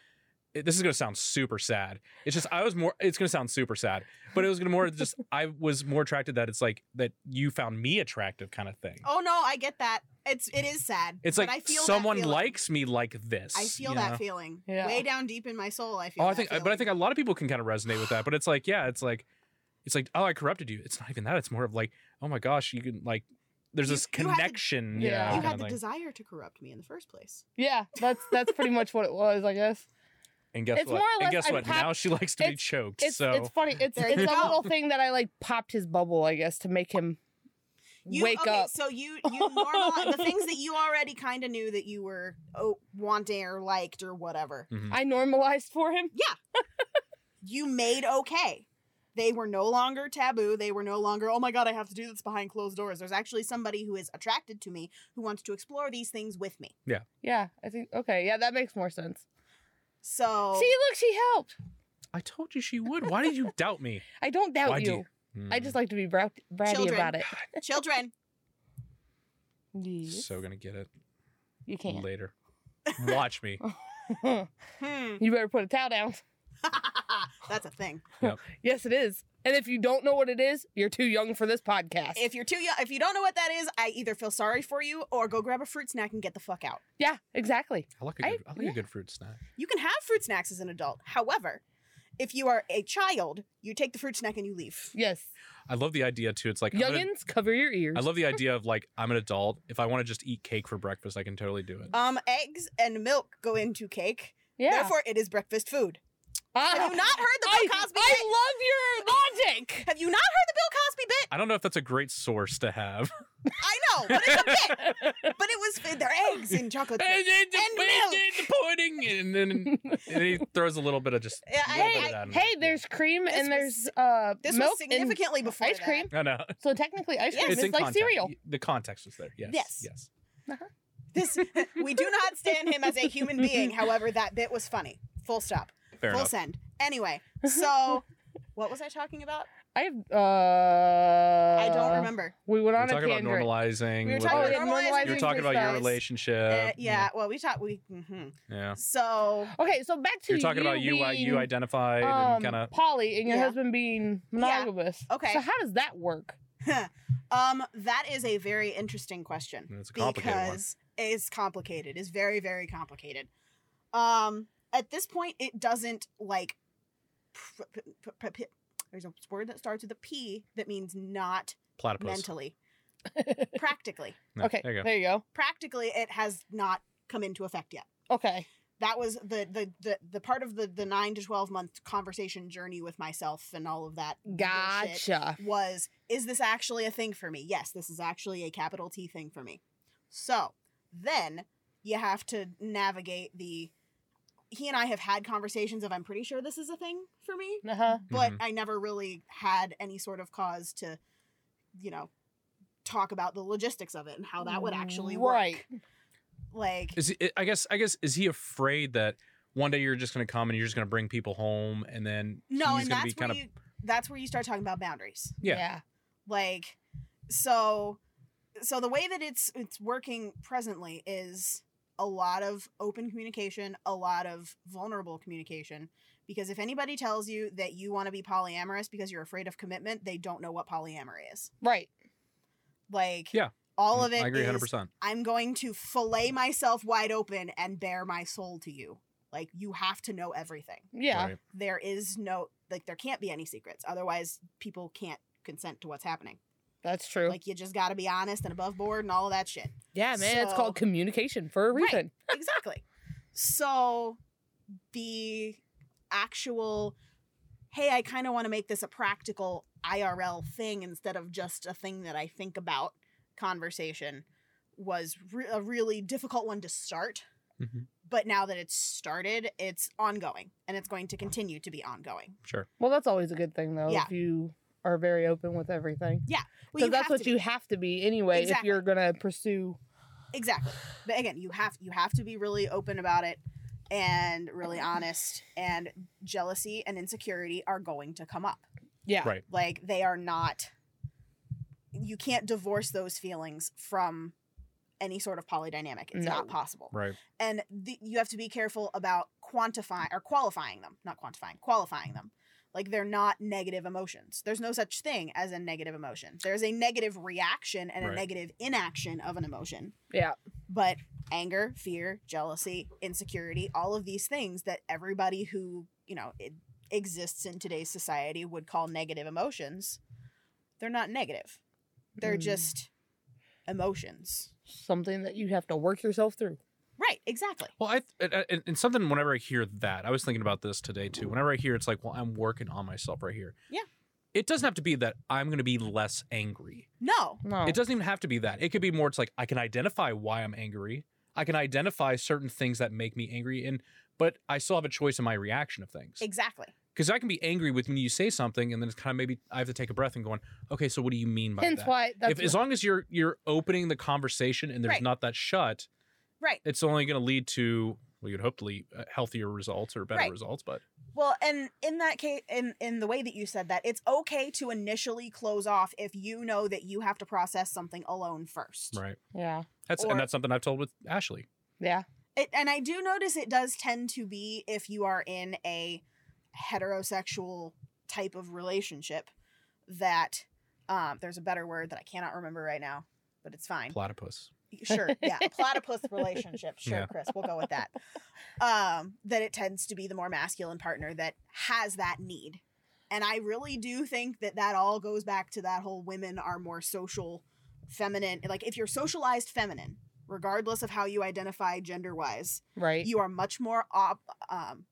it- this is going to sound super sad it's just i was more it's going to sound super sad but it was going to more just i was more attracted that it's like that you found me attractive kind of thing
Oh no, I get that. It's it is sad.
It's
but
like
I feel that
someone
feeling.
likes me like this.
I feel
you
that
know?
feeling
Yeah.
way down deep in my soul. I feel.
Oh, I
that
think,
feeling.
but I think a lot of people can kind of resonate with that. But it's like, yeah, it's like, it's like, oh, I corrupted you. It's not even that. It's more of like, oh my gosh, you can like, there's
You-
this
you had the-
connection.
Yeah.
yeah,
you
kinda
had the desire to corrupt me in the first place.
Yeah, that's that's pretty much what it was, I guess.
And guess
It's
what?
more or
and
less
guess
I
what?
packed-
now she likes to be
it's-
choked.
It's
so
it's funny. It's
There
it's
you
a
go.
little thing that I like popped his bubble, I guess, to make him
You,
wake
okay,
up.
So you you normalize the things that you already kind of knew that you were oh, wanting or liked or whatever.
Mhm.
I normalized for him.
you made okay. They were no longer taboo. They were no longer, oh my God, I have to do this behind closed doors. There's actually somebody who is attracted to me who wants to explore these things with me.
Yeah, I think okay. Yeah, that makes more sense.
So
See, look, she helped.
I told you she would. Why did you doubt me?
I don't doubt
Why do
you.
you-
I just like to be brou- bratty
Children.
about it.
children,
Yes,
Hmm. so gonna get it
you can.
later. Watch me.
not
hmm.
you better put a towel down.
that's a thing.
Yes, it is. And if you don't know what it is, you're too young for this podcast.
If you're too young, if you don't know what that is, I either feel sorry for you or go grab a fruit snack and get the fuck out.
yeah, exactly.
I like a
I-
good, I, like
yeah.
a good fruit snack.
You can have fruit snacks as an adult. However, if you are a child, you take the fruit snack and you leave.
Yes.
I love the idea too. It's like I'm gonna-
Youngins, cover your ears.
I love the idea of like I'm an adult. If I want to just eat cake for breakfast, I can totally do it.
Um, eggs and milk go into cake.
yeah.
Therefore, it is breakfast food.
Ah,
Have you not heard the Bill
I,
Cosby? bit?
I love your logic.
Have you not heard the Bill Cosby bit?
I don't know if that's a great source to have.
I know, but it's a bit. But it was their eggs in chocolate.
and
chip.
then the, and
And
then the pudding, and then and he throws a little bit of just.
Yeah, I-
little bit
Hey,
of that in
hey,
there.
there's cream
This
and
was-
there's uh
This
milk
was
and
significantly before
ice
that.
cream.
I know.
So technically, ice cream
Yes.
is
in
like
context.
cereal.
The context is there. Yes.
Yes.
Yes.
This we do not stand him as a human being. However, that bit was funny. Full stop.
Fair
Full
enough.
send. Anyway, so what was I talking about?
I have. Uh,
I don't remember.
We went
We're
on a
talking about
tangent. Oh,
normalizing.
We were
whether-
talking
yeah,
about normalizing.
you were talking about your relationship.
Uh, yeah. Well, we talked. We. hmm
Yeah.
So
Okay, so back to
You're talking about you.
being,
uh, you identified
um,
and kind of.
Polly and your
Yeah.
husband being monogamous.
Okay.
So how does that work?
um, that is a very interesting question.
It's a complicated one.
because it's complicated. It's very very complicated. Um, at this point, it doesn't like. Pr- pr- pr- pr- pr- there's a word that starts with a P that means not
Platypus.
mentally, practically.
No,
okay,
There you go.
practically it has not come into effect yet.
Okay.
That was the the the, the part of the the nine to twelve month conversation journey with myself and all of that Bullshit.
Gotcha.
was is this actually a thing for me? Yes, this is actually a capital T thing for me. So then you have to navigate the he and I have had conversations of I'm pretty sure this is a thing for me,
Uh huh.
but
Mhm.
I never really had any sort of cause to, you know, talk about the logistics of it and how that would actually work.
Right.
Like
Is he, I guess. I guess. Is he afraid that one day you're just going to come and you're just going to bring people home, and then
No,
he's going
and that's
to be
where
kind of.
you that's where you start talking about boundaries.
Yeah.
Like so so the way that it's it's working presently is a lot of open communication, a lot of vulnerable communication because if anybody tells you that you want to be polyamorous because you're afraid of commitment, they don't know what polyamory is.
Right.
Like
Yeah. Mm,
all of it
I agree, hundred
is,
percent.
I'm going to fillet myself wide open and bare my soul to you. Like you have to know everything
Yeah.
Right.
there is no like there can't be any secrets otherwise people can't consent to what's happening
That's true.
like you just got to be honest and above board and all of that shit
yeah, man. it's
so-
called communication for a
Right.
reason.
exactly so the actual hey i kind of want to make this a practical irl thing instead of just a thing that i think about conversation was re- a really difficult one to start
Mm-hmm.
Mhm.
but now that it's started it's ongoing and it's going to continue to be ongoing
Sure.
Well, that's always a good thing though.
Yeah.
If you are very open with everything,
Well,
because
you
that's
have
what
to be.
you have to be anyway.
Exactly.
If you're gonna pursue,
exactly but again you have you have to be really open about it and really honest and jealousy and insecurity are going to come up
yeah,
Right.
like they are not you can't divorce those feelings from any sort of polydynamic it's
No.
not possible
Right.
and the, you have to be careful about quantifying or qualifying them not quantifying qualifying them like they're not negative emotions there's no such thing as a negative emotion there's a negative reaction and a
Right.
negative inaction of an emotion
yeah,
but anger fear jealousy insecurity all of these things that everybody who you know it exists in today's society would call negative emotions they're not negative they're
Mm.
just emotions
something that you have to work yourself through.
right exactly
Well, I and- and, and something whenever I hear that, I was thinking about this today too. Whenever I hear it's like, well, I'm working on myself right here.
Yeah.
It doesn't have to be that I'm going to be less angry.
no
No,
It doesn't even have to be that. It could be more. It's like I can identify why I'm angry. I can identify certain things that make me angry, and but I still have a choice in my reaction of things.
exactly
Because I can be angry with when you say something, and then it's kind of maybe I have to take a breath and going, okay, so what do you mean by
Hence
that?
why that's
if as long as you're you're opening the conversation and there's
Right.
not that shut,
right
it's only going to lead to we would hopefully uh, healthier results or better
Right.
results, but
Well, and in that case, in in the way that you said that, it's okay to initially close off if you know that you have to process something alone first.
right.
Yeah.
That's
Or-
and that's something I've told with Ashley.
Yeah.
It, and I do notice it does tend to be if you are in a heterosexual type of relationship that um, there's a better word that I cannot remember right now, but it's fine.
Platypus.
sure yeah a platypus relationship sure
Yeah.
chris we'll go with that um that it tends to be the more masculine partner that has that need and i really do think that that all goes back to that whole women are more social feminine like if you're socialized feminine regardless of how you identify gender wise
Right.
you are much more op- um,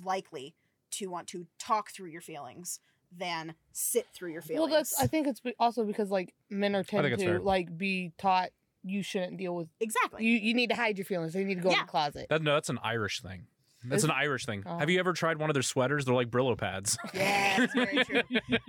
likely to want to talk through your feelings than sit through your feelings
Well, that's. I think it's be- also because like men are tend
think it's
to
fair.
like be taught you shouldn't deal with.
exactly
You you need to hide your feelings. You need to go in
Yeah.
the closet.
That no, that's an Irish thing. That's
Is
an
it?
Irish thing.
Oh.
Have you ever tried one of their sweaters? They're like Brillo pads.
yeah that's very true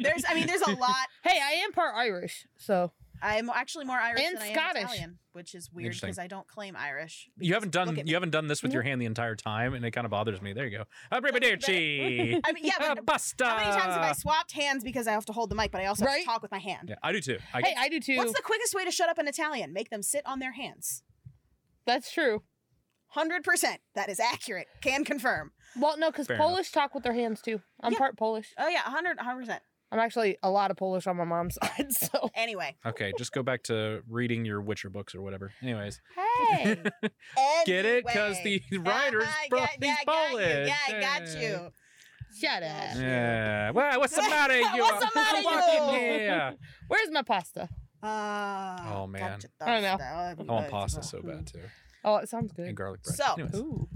there's i mean there's a lot
hey, I am part Irish, so
I'm actually more Irish
And
than I
Scottish.
am Italian, which is weird
Interesting.
because I don't claim Irish.
You haven't
because-
done
look at
you
me. Mm-hmm.
haven't done this with your hand the entire time, and it kind of bothers me. There you go. Arrivederci.
I mean, yeah, but
Basta.
how many times have I swapped hands because I have to hold the mic, but I also have
Right?
to talk with my hand?
Yeah, I do too. I,
hey, I do too.
What's the quickest way to shut up an Italian? Make them sit on their hands.
That's true.
Hundred percent. That is accurate. Can confirm.
Well, no, because
Fair
Polish talk with their hands too. I'm
Yeah.
part Polish.
Oh yeah, 100 percent.
I'm actually a lot of Polish on my mom's side. So
Anyway,
okay, just go back to reading your Witcher books or whatever. Anyways,
hey,
get it because
Anyway.
the writer's
Ah,
bro-
yeah, yeah,
he's
I got you.
Polish.
Yeah, I got
Yeah.
you.
shut up.
Yeah. Well, what's the matter? You
What's the matter,
Fucking
you?
Yeah.
Where's my pasta?
Uh,
Oh, man.
gotcha,
I don't know.
gotcha.
I want pasta so bad too,
Oh, it sounds good.
and garlic bread.
So-
Anyways.
Ooh.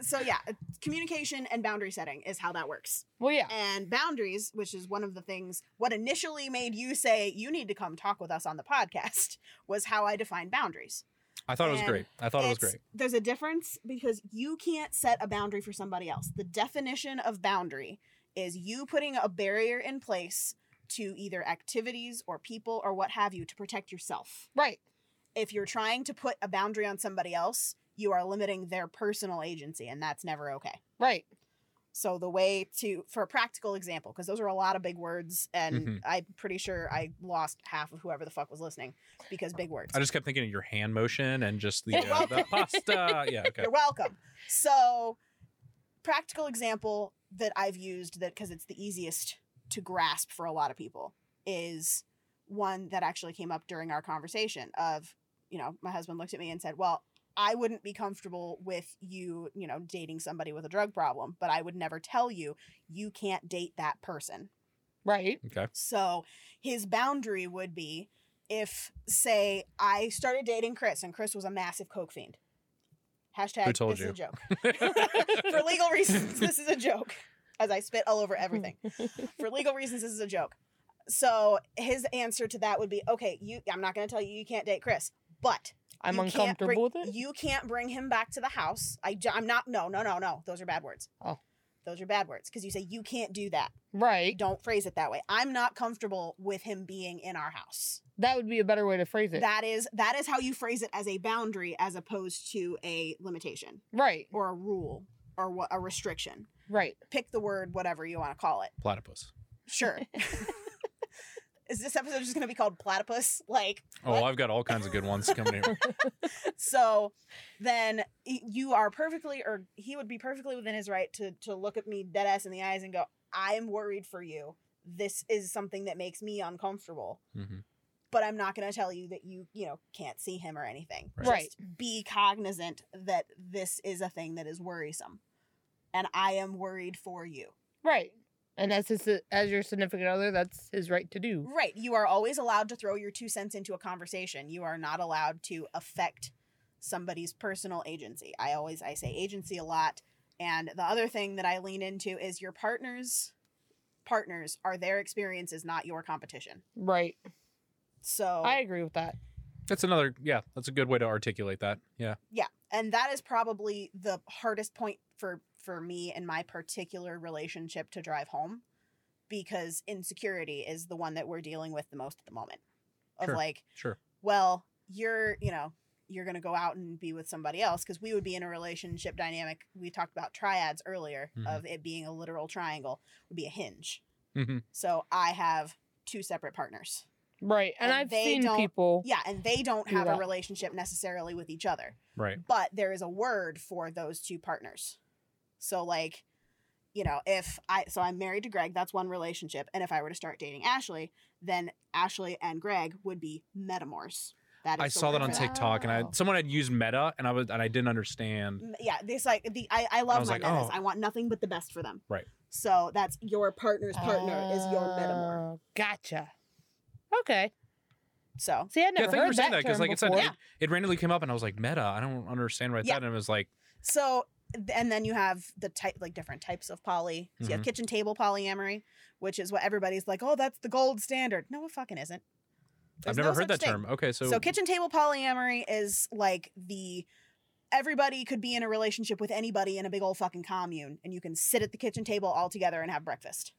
So yeah, communication and boundary setting is how that works.
Well, yeah.
and boundaries, which is one of the things what initially made you say you need to come talk with us on the podcast was how I define boundaries.
I thought it was
and
great. I thought it was
It's-
great.
There's a difference because you can't set a boundary for somebody else. The definition of boundary is you putting a barrier in place to either activities or people or what have you to protect yourself.
Right.
If you're trying to put a boundary on somebody else, you are limiting their personal agency and that's never okay.
Right.
So the way to for a practical example, because those are a lot of big words, and
Mhm.
I'm pretty sure I lost half of whoever the fuck was listening because big words.
I just kept thinking of your hand motion and just the, uh, the pasta. Yeah. Okay.
You're welcome. So practical example that I've used that because it's the easiest to grasp for a lot of people is one that actually came up during our conversation of, you know, my husband looked at me and said, "Well, I wouldn't be comfortable with you, you know, dating somebody with a drug problem, but I would never tell you you can't date that person."
Right.
Okay.
So his boundary would be if, say, I started dating Chris and Chris was a massive coke fiend. Hashtag
Who told
this is
you?
a joke. For legal reasons, this is a joke. As I spit all over everything. For legal reasons, this is a joke. So his answer to that would be, okay, you I'm not gonna tell you you can't date Chris, but
I'm
you can't bring-
uncomfortable with it.
You can't bring him back to the house. I, am not. No, no, no, no. Those are bad words.
Oh.
those are bad words because you say you can't do that.
Right.
Don't phrase it that way. I'm not comfortable with him being in our house.
That would be a better way to phrase it.
That is that is how you phrase it as a boundary as opposed to a limitation
right.
or a rule or what a restriction.
Right.
Pick the word whatever you want to call it.
Platypus.
Sure. is this episode just going to be called platypus? Like
Oh,
What?
I've got all kinds of good ones coming here.
so then y- you are perfectly or he would be perfectly within his right to to look at me dead ass in the eyes and go i'm worried for you this is something that makes me uncomfortable
Mhm.
but i'm not going to tell you that you you know can't see him or anything
Right.
Right.
Just be cognizant that this is a thing that is worrisome and i am worried for you
Right. And as his as your significant other, that's his right to do.
right you are always allowed to throw your two cents into a conversation you are not allowed to affect somebody's personal agency i always i say agency a lot and the other thing that i lean into is your partners partners are their experiences not your competition
Right.
so
I agree with that.
That's another. Yeah, that's a good way to articulate that. Yeah.
and that is probably the hardest point for for me in my particular relationship to drive home because insecurity is the one that we're dealing with the most at the moment of
Sure.
like
Sure.
well you're you know you're going to go out and be with somebody else because we would be in a relationship dynamic. We talked about triads earlier
Mhm.
of it being a literal triangle would be a hinge.
hmm
So I have two separate partners.
Right. And,
And
I've
they
seen
don't-
people.
Yeah, and they don't
Do
have a
that.
relationship necessarily with each other.
Right.
but there is a word for those two partners. So like, you know, if I so I'm married to Greg, that's one relationship, and if I were to start dating Ashley, then Ashley and Greg would be metamors. That is
I
the
saw that
word
on
for
TikTok, and I
Wow.
someone had used meta, and I was and I didn't understand.
M- Yeah, this like the I, I love
was
my
like,
metas.
oh.
I want nothing but the best for them.
Right.
So that's your partner's partner is your metamor.
Oh, Gotcha. Okay.
So
See, I never
yeah, thank you
heard
for saying
that
that because
term
like it said
before.
it, it randomly came up, and I was like meta. I don't understand what I
Yeah.
thought, and it was like
So and then you have the type like different types of poly. So you have
Mhm.
kitchen table polyamory, which is what everybody's like, oh, that's the gold standard. No, it fucking isn't. There's
I've never
no
heard
such
that
thing.
term. Okay, so
So, kitchen table polyamory is like the everybody could be in a relationship with anybody in a big old fucking commune and you can sit at the kitchen table all together and have breakfast.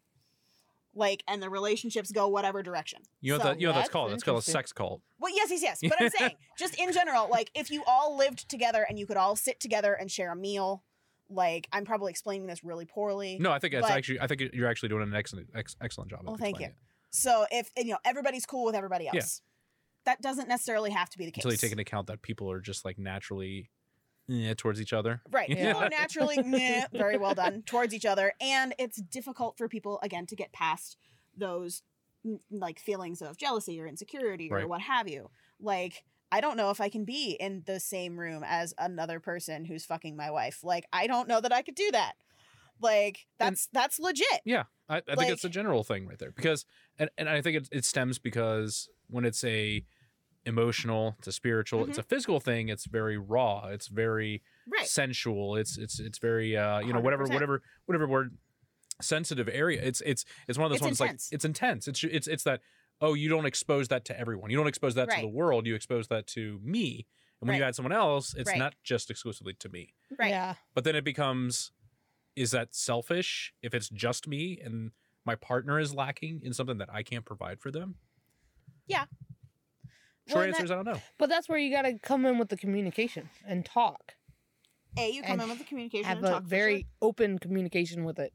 Like and the relationships go whatever direction.
you know what
so
that you know what that's
that's
called. That's called a
interesting.
sex cult.
Well, yes, yes, yes. But I'm saying, just in general, like if you all lived together and you could all sit together and share a meal, like I'm probably explaining this really poorly.
No, I think it's
But-
actually I think you're actually doing an excellent ex- excellent job. of
Well, thank you.
explaining
So if and, you know everybody's cool with everybody else,
Yeah.
that doesn't necessarily have to be the
it.
case.
Until you take into account that people are just like naturally eh, towards each other.
Right.
Yeah.
People are naturally meh, very well done towards each other. And it's difficult for people, again, to get past those n- like feelings of jealousy or insecurity or
Right.
what have you. Like, I don't know if I can be in the same room as another person who's fucking my wife. Like, I don't know that I could do that. Like,
And-
that's that's legit.
I, I think it's a
Like-
general thing right there because, and, and I think it, it stems because when it's a emotional, it's a spiritual,
Mm-hmm.
it's a physical thing. It's very raw. It's very
Right.
sensual. It's it's it's very uh you know whatever
100%.
whatever whatever word sensitive area. It's it's it's one of those
It's
ones
intense.
like it's intense. It's it's it's that oh you don't expose that to everyone. You don't expose that to
Right.
the world. You expose that to me. And when you
Right.
add someone else, it's
Right.
not just exclusively to me.
Right.
Yeah.
But then it becomes is that selfish if it's just me and my partner is lacking in something that I can't provide for them?
Yeah.
Short
Well, and
answer is I don't know.
But that's where you got to come in with the communication and talk.
A, you come
And
in with the communication
Have
and talk
a
for sure.
very open communication with it.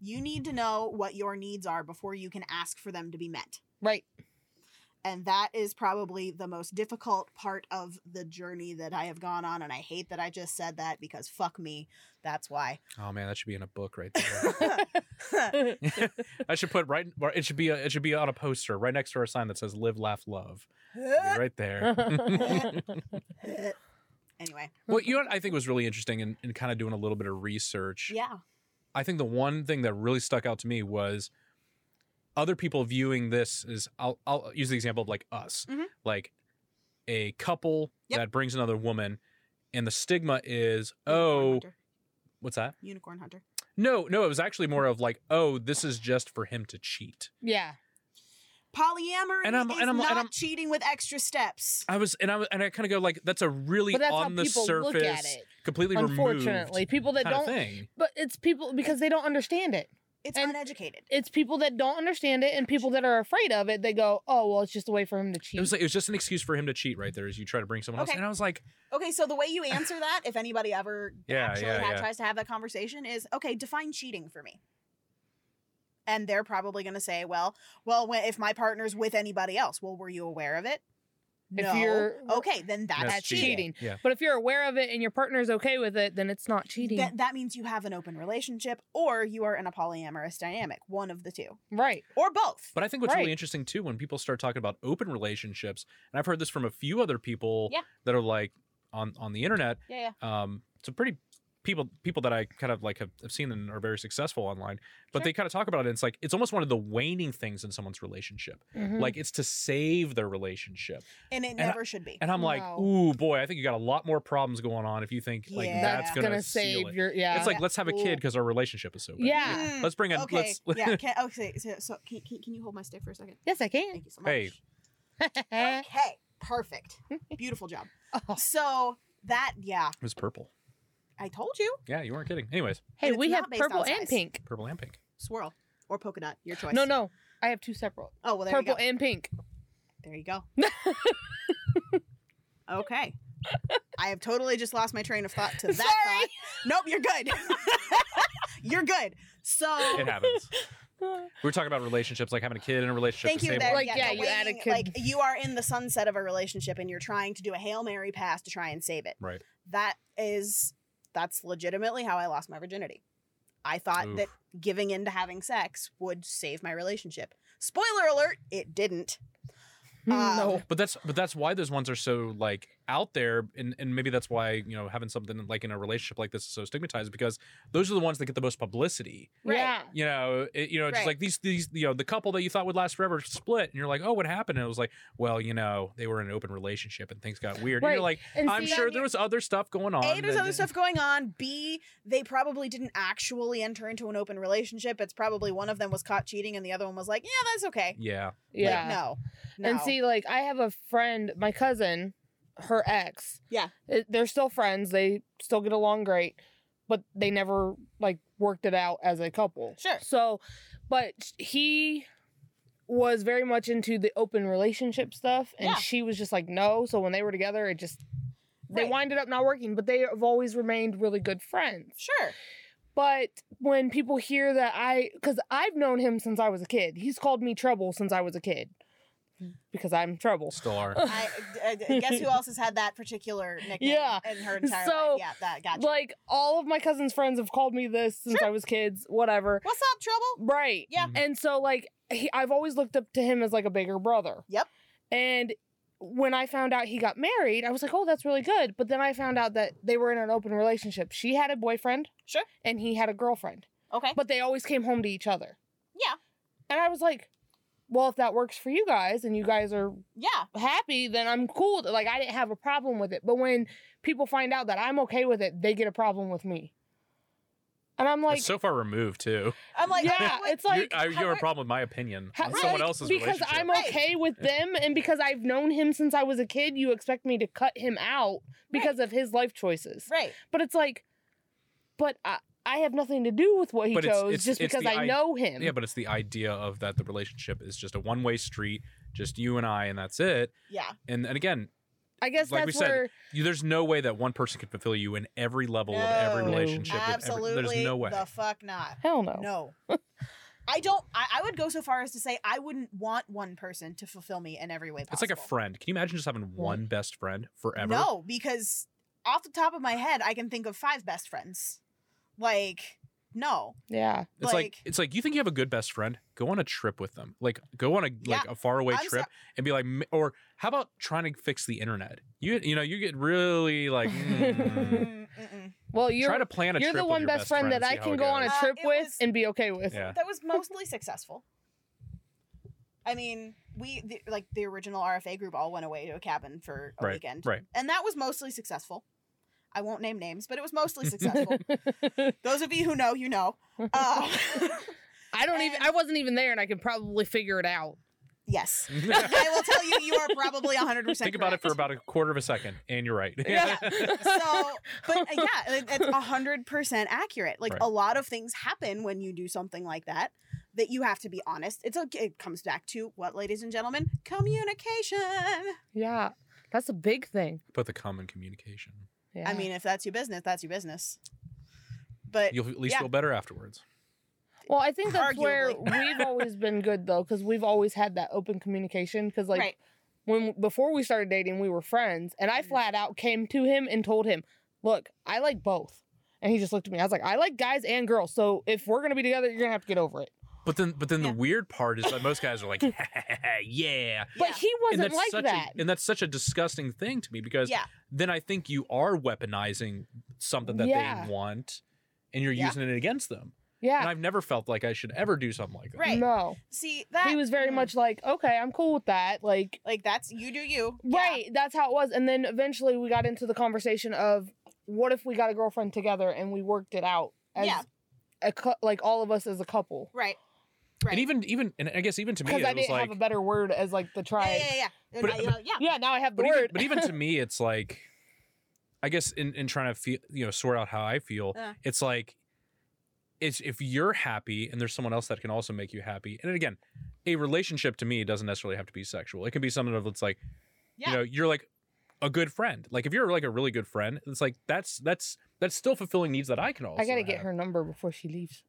you need to know what your needs are before you can ask for them to be met.
Right.
And that is probably the most difficult part of the journey that I have gone on. And I hate that I just said that because fuck me. That's why.
Oh man, that should be in a book right there. I should put right. It should be. A, it should be on a poster right next to our sign that says "Live, Laugh, Love." Right there.
anyway,
what you know what I think was really interesting and in, kind of doing a little bit of research.
yeah.
I think the one thing that really stuck out to me was other people viewing this as I'll, I'll use the example of like us,
Mhm.
like a couple
Yep.
that brings another woman, and the stigma is oh,
Unicorn hunter.
what's that?
Unicorn hunter.
No, no, it was actually more of like oh, this is just for him to cheat.
yeah.
Polyamory
And I'm-
is
and I'm- and
not
I'm-
cheating with extra steps.
I was and I was, and I kind of go like that's a really
But that's how
on the
people
surface
look at it.
completely
Unfortunately,
removed
people that
kind of
don't.
thing.
But it's people because they don't understand it.
It's
and-
uneducated.
It's people that don't understand it and people that are afraid of it. They go, "Oh, well, it's just a way for him to cheat."
It was like, it was just an excuse for him to cheat right there as you try to bring someone
Okay.
else. And I was like,
Okay, so the way you answer that, if anybody ever
Yeah,
actually
yeah,
ha-
yeah.
tries to have that conversation, is okay, define cheating for me. And they're probably going to say, well, well, when, if my partner's with anybody else, well, were you aware of it?
If
No.
you're-
okay, then that's,
That's
cheating.
cheating.
Yeah.
but if you're aware of it and your partner's okay with it, then it's not cheating,
That, that means you have an open relationship or you are in a polyamorous dynamic, one of the two,
right?
or both.
But I think what's
Right.
really interesting too when people start talking about open relationships, and I've heard this from a few other people
Yeah.
that are like on on the internet.
Yeah, yeah.
Um, some pretty people people that I kind of like have, have seen and are very successful online, but
Sure.
they kind of talk about it. And it's like it's almost one of the waning things in someone's relationship.
Mhm.
Like it's to save their relationship.
And it
I-
never should be.
And I'm like,
No.
ooh, boy, I think you got a lot more problems going on if you think like
Yeah.
that's,
that's
gonna,
gonna
seal
save
it.
your yeah.
It's like let's have a
Cool.
kid because our relationship is so bad.
Yeah.
Mm,
Let's bring a
okay.
let's
yeah. Can, okay. So, so can, can, can you hold my stick for a second?
yes, I can.
Thank you so much.
Hey.
oh,
Okay. Perfect. Beautiful job. So that, yeah,
It was purple.
I told you.
Yeah, you weren't kidding. Anyways,
hey,
it's
we
not
have
based on
purple and
size.
pink.
purple and pink.
swirl or polka dot, your choice.
No, no, I have two separate
Oh well, there
purple
you go.
and pink.
there you go. Okay. I have totally just lost my train of thought to that
Sorry.
thought. Nope, you're good. you're good. So
It happens.
Mm,
We were talking about relationships, like having a kid in a relationship.
thank
the
you.
same
There,
way.
Like, yeah,
the
you add a
waiting-
kid.
Like you are in the sunset of a relationship, and you're trying to do a hail mary pass to try and save it.
Right.
That is, that's legitimately how I lost my virginity. I thought
Oof.
that giving in to having sex would save my relationship. Spoiler alert: it didn't. Um,
no.
But that's but that's why those ones are so like out there, and and maybe that's why you know having something like in a relationship like this is so stigmatized because those are the ones that get the most publicity.
Right.
Yeah.
You know, it, you know, just
Right.
like these these you know the couple that you thought would last forever split, and you're like, oh, what happened? And it was like, well, you know, they were in an open relationship and things got weird. And
Right.
you're like,
And
I'm
see,
sure there was other stuff going on.
A, there's
that-
other stuff going on. B, they probably didn't actually enter into an open relationship. It's probably one of them was caught cheating and the other one was like, yeah, that's okay.
Yeah.
Like,
Yeah.
no. No.
And see, like, I have a friend, my cousin, her ex.
Yeah.
it- they're still friends. They still get along great, but they never, like, worked it out as a couple.
Sure.
So, but he was very much into the open relationship stuff, and
Yeah.
she was just like, no. So when they were together, it just, they
Right.
winded up not working, but they have always remained really good friends.
Sure.
But when people hear that I, because I've known him since I was a kid, he's called me trouble since I was a kid because I'm trouble.
Still are.
I, I- I guess who else has had that particular nickname
Yeah.
in her entire
So,
life? Yeah, that gotcha.
Like all of my cousin's friends have called me this since I was kids, whatever.
What's up, trouble?
Right.
Yeah.
Mhm.
And so like he, I've always looked up to him as like a bigger brother.
Yep.
And when I found out he got married, I was like, "Oh, that's really good." But then I found out that they were in an open relationship. She had a boyfriend.
Sure.
And he had a girlfriend.
Okay.
But they always came home to each other.
Yeah.
And I was like, "Well, if that works for you guys and you guys are
Yeah.
happy, then I'm cool. with it. Like I didn't have a problem with it. But when people find out that I'm okay with it, they get a problem with me. And I'm like,
it's so far removed too.
I'm like,
yeah,
what-
it's like
you, I,
how
you have
are-
a problem with my opinion
how-
on someone
like,
else's
because
relationship.
I'm
Right.
okay with them and because I've known him since I was a kid, you expect me to cut him out because of his life choices.
right.
But it's like, but I, I have nothing to do with what he
But it's-
chose
it's-
just
it's
because
the
I
i-
know him.
Yeah, but it's the idea of that the relationship is just a one way street, just you and I, and that's it.
Yeah.
And and again,
I guess
like we
that's
said,
where
you, there's no way that one person can fulfill you in every level of every
No.
relationship. with every-
Absolutely.
there's no way.
The fuck not.
hell no.
No. I don't. I, I would go so far as to say I wouldn't want one person to fulfill me in every way possible.
it's like a friend. Can you imagine just
Hmm.
having one best friend forever?
No, because off the top of my head, I can think of five best friends. Like, no.
Yeah.
It's like,
like-
it's like you think you have a good best friend. Go on a trip with them. Like go on a like a faraway
I'm
trip and be like, "M- or how about trying to fix the internet? You you know you get really like mm.
Mm, mm-mm.
Well, you're
try to plan a
you're
trip
the
with
one
your
best friend that
and
I
see how
can
it
go on a
goes.
Uh,
trip
it
with
was-
and be okay with.
Yeah.
That was mostly successful. I mean, we the, like the original RFA group all went away to a cabin for a
Right,
weekend,
right.
and that was mostly successful. I won't name names, but it was mostly successful. Those of you who know, you know. Uh,
I don't even.
And-
I wasn't even there, and I could probably figure it out.
yes, I will tell you, you are probably hundred percent.
Think about it for about a quarter of a second, and you're right.
Yeah.
so but uh, yeah it- it's 100% accurate like
Right.
a lot of things happen when you do something like that that you have to be honest it's okay it comes back to what ladies and gentlemen communication
Yeah, that's a big thing.
Put the common communication.
Yeah.
i mean if that's your business that's your business but
You'll at least
Yeah.
feel better afterwards.
well, I think that's where
Arguably.
we've always been good though, because we've always had that open communication. Because like
right
when before we started dating, we were friends, and I
Mhm.
flat out came to him and told him, "Look, I like both." And he just looked at me. I was like, "I like guys and girls. So if we're gonna be together, you're gonna have to get over it."
But then, but then
Yeah.
the weird part is that most guys are like, yeah,
But
Yeah.
he
and
wasn't
that's
like
such
that.
A, and that's such a disgusting thing to me because
yeah
then I think you are weaponizing something that
Yeah.
they want, and you're
Yeah.
using it against them. And
yeah.
I've never felt like I should ever do something like that.
Right.
No.
see that
he was very
mm,
Hmm.
much like, okay, I'm cool with that. Like,
like that's you do you Yeah.
right, that's how it was. And then eventually we got into the conversation of what if we got a girlfriend together and we worked it out as
Yeah.
a cou- like all of us as a couple.
right
And
Right.
even, even, and I guess even to me,
Because
it
I
was
didn't
like,
have a better word as like the
yeah
tribe.
yeah yeah yeah,
But-
yeah, yeah.
Yeah, now I have the
but even,
word.
but even to me, it's like, I guess in, in trying to feel, you know, sort out how I feel,
Uh.
it's like, it's if you're happy and there's someone else that can also make you happy. And again, a relationship to me doesn't necessarily have to be sexual. It can be something of it's like,
Yeah.
you know, you're like, a good friend. Like if you're like a really good friend, it's like that's that's that's still fulfilling needs that I can also.
I gotta get
have.
her number before she leaves.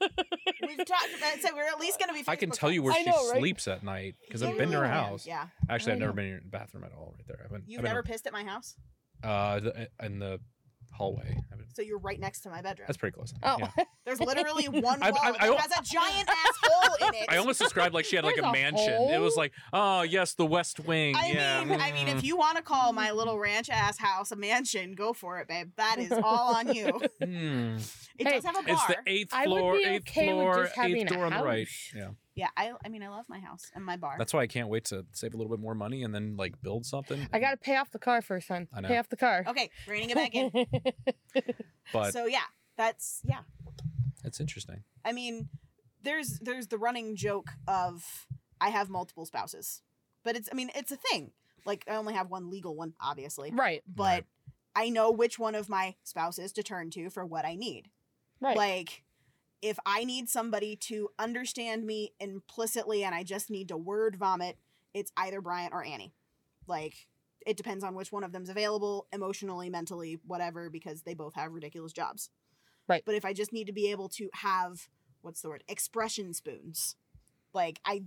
We've talked about it, so we're at least going to be.
I can
Facebook
tell you where
I
she
know, right?
sleeps at night because I've been to her
Yeah.
house.
Yeah,
Actually,
I
I've never
know.
been in the bathroom at all right there. I've been,
you've
I've been
never pissed at my house,
uh, the, in the hallway. I've been,
so you're right next to my bedroom.
that's pretty close.
Oh,
Yeah.
There's literally one
I-
wall
I- I-
that has a giant asshole in it.
I almost described like she had like
There's
a
a
mansion. It
hole.
was like, oh yes, the West Wing.
I
yeah.
mean, I mean, if you want to call my little ranch ass house a mansion, go for it, babe. That is all on you.
you, mm.
It
Hey,
does have a
it's
bar.
the eighth
I would
floor,
be
eighth
okay with
floor,
just having
eighth
a
door on the right.
house.
Yeah,
yeah, I, I mean, I love my house and my bar.
that's why I can't wait to save a little bit more money and then like build something.
I gotta pay off the car first, son.
I know.
Pay off the car.
okay, reining it back in.
but
so yeah, that's yeah.
it's interesting.
I mean, there's there's the running joke of I have multiple spouses, but it's I mean it's a thing. Like I only have one legal one, obviously,
right,
but
Right.
I know which one of my spouses to turn to for what I need.
right.
Like if I need somebody to understand me implicitly and I just need to word vomit, it's either Bryant or Annie. Like it depends on which one of them's available emotionally, mentally, whatever because they both have ridiculous jobs.
Right.
But if I just need to be able to have what's the word? expression spoons. Like I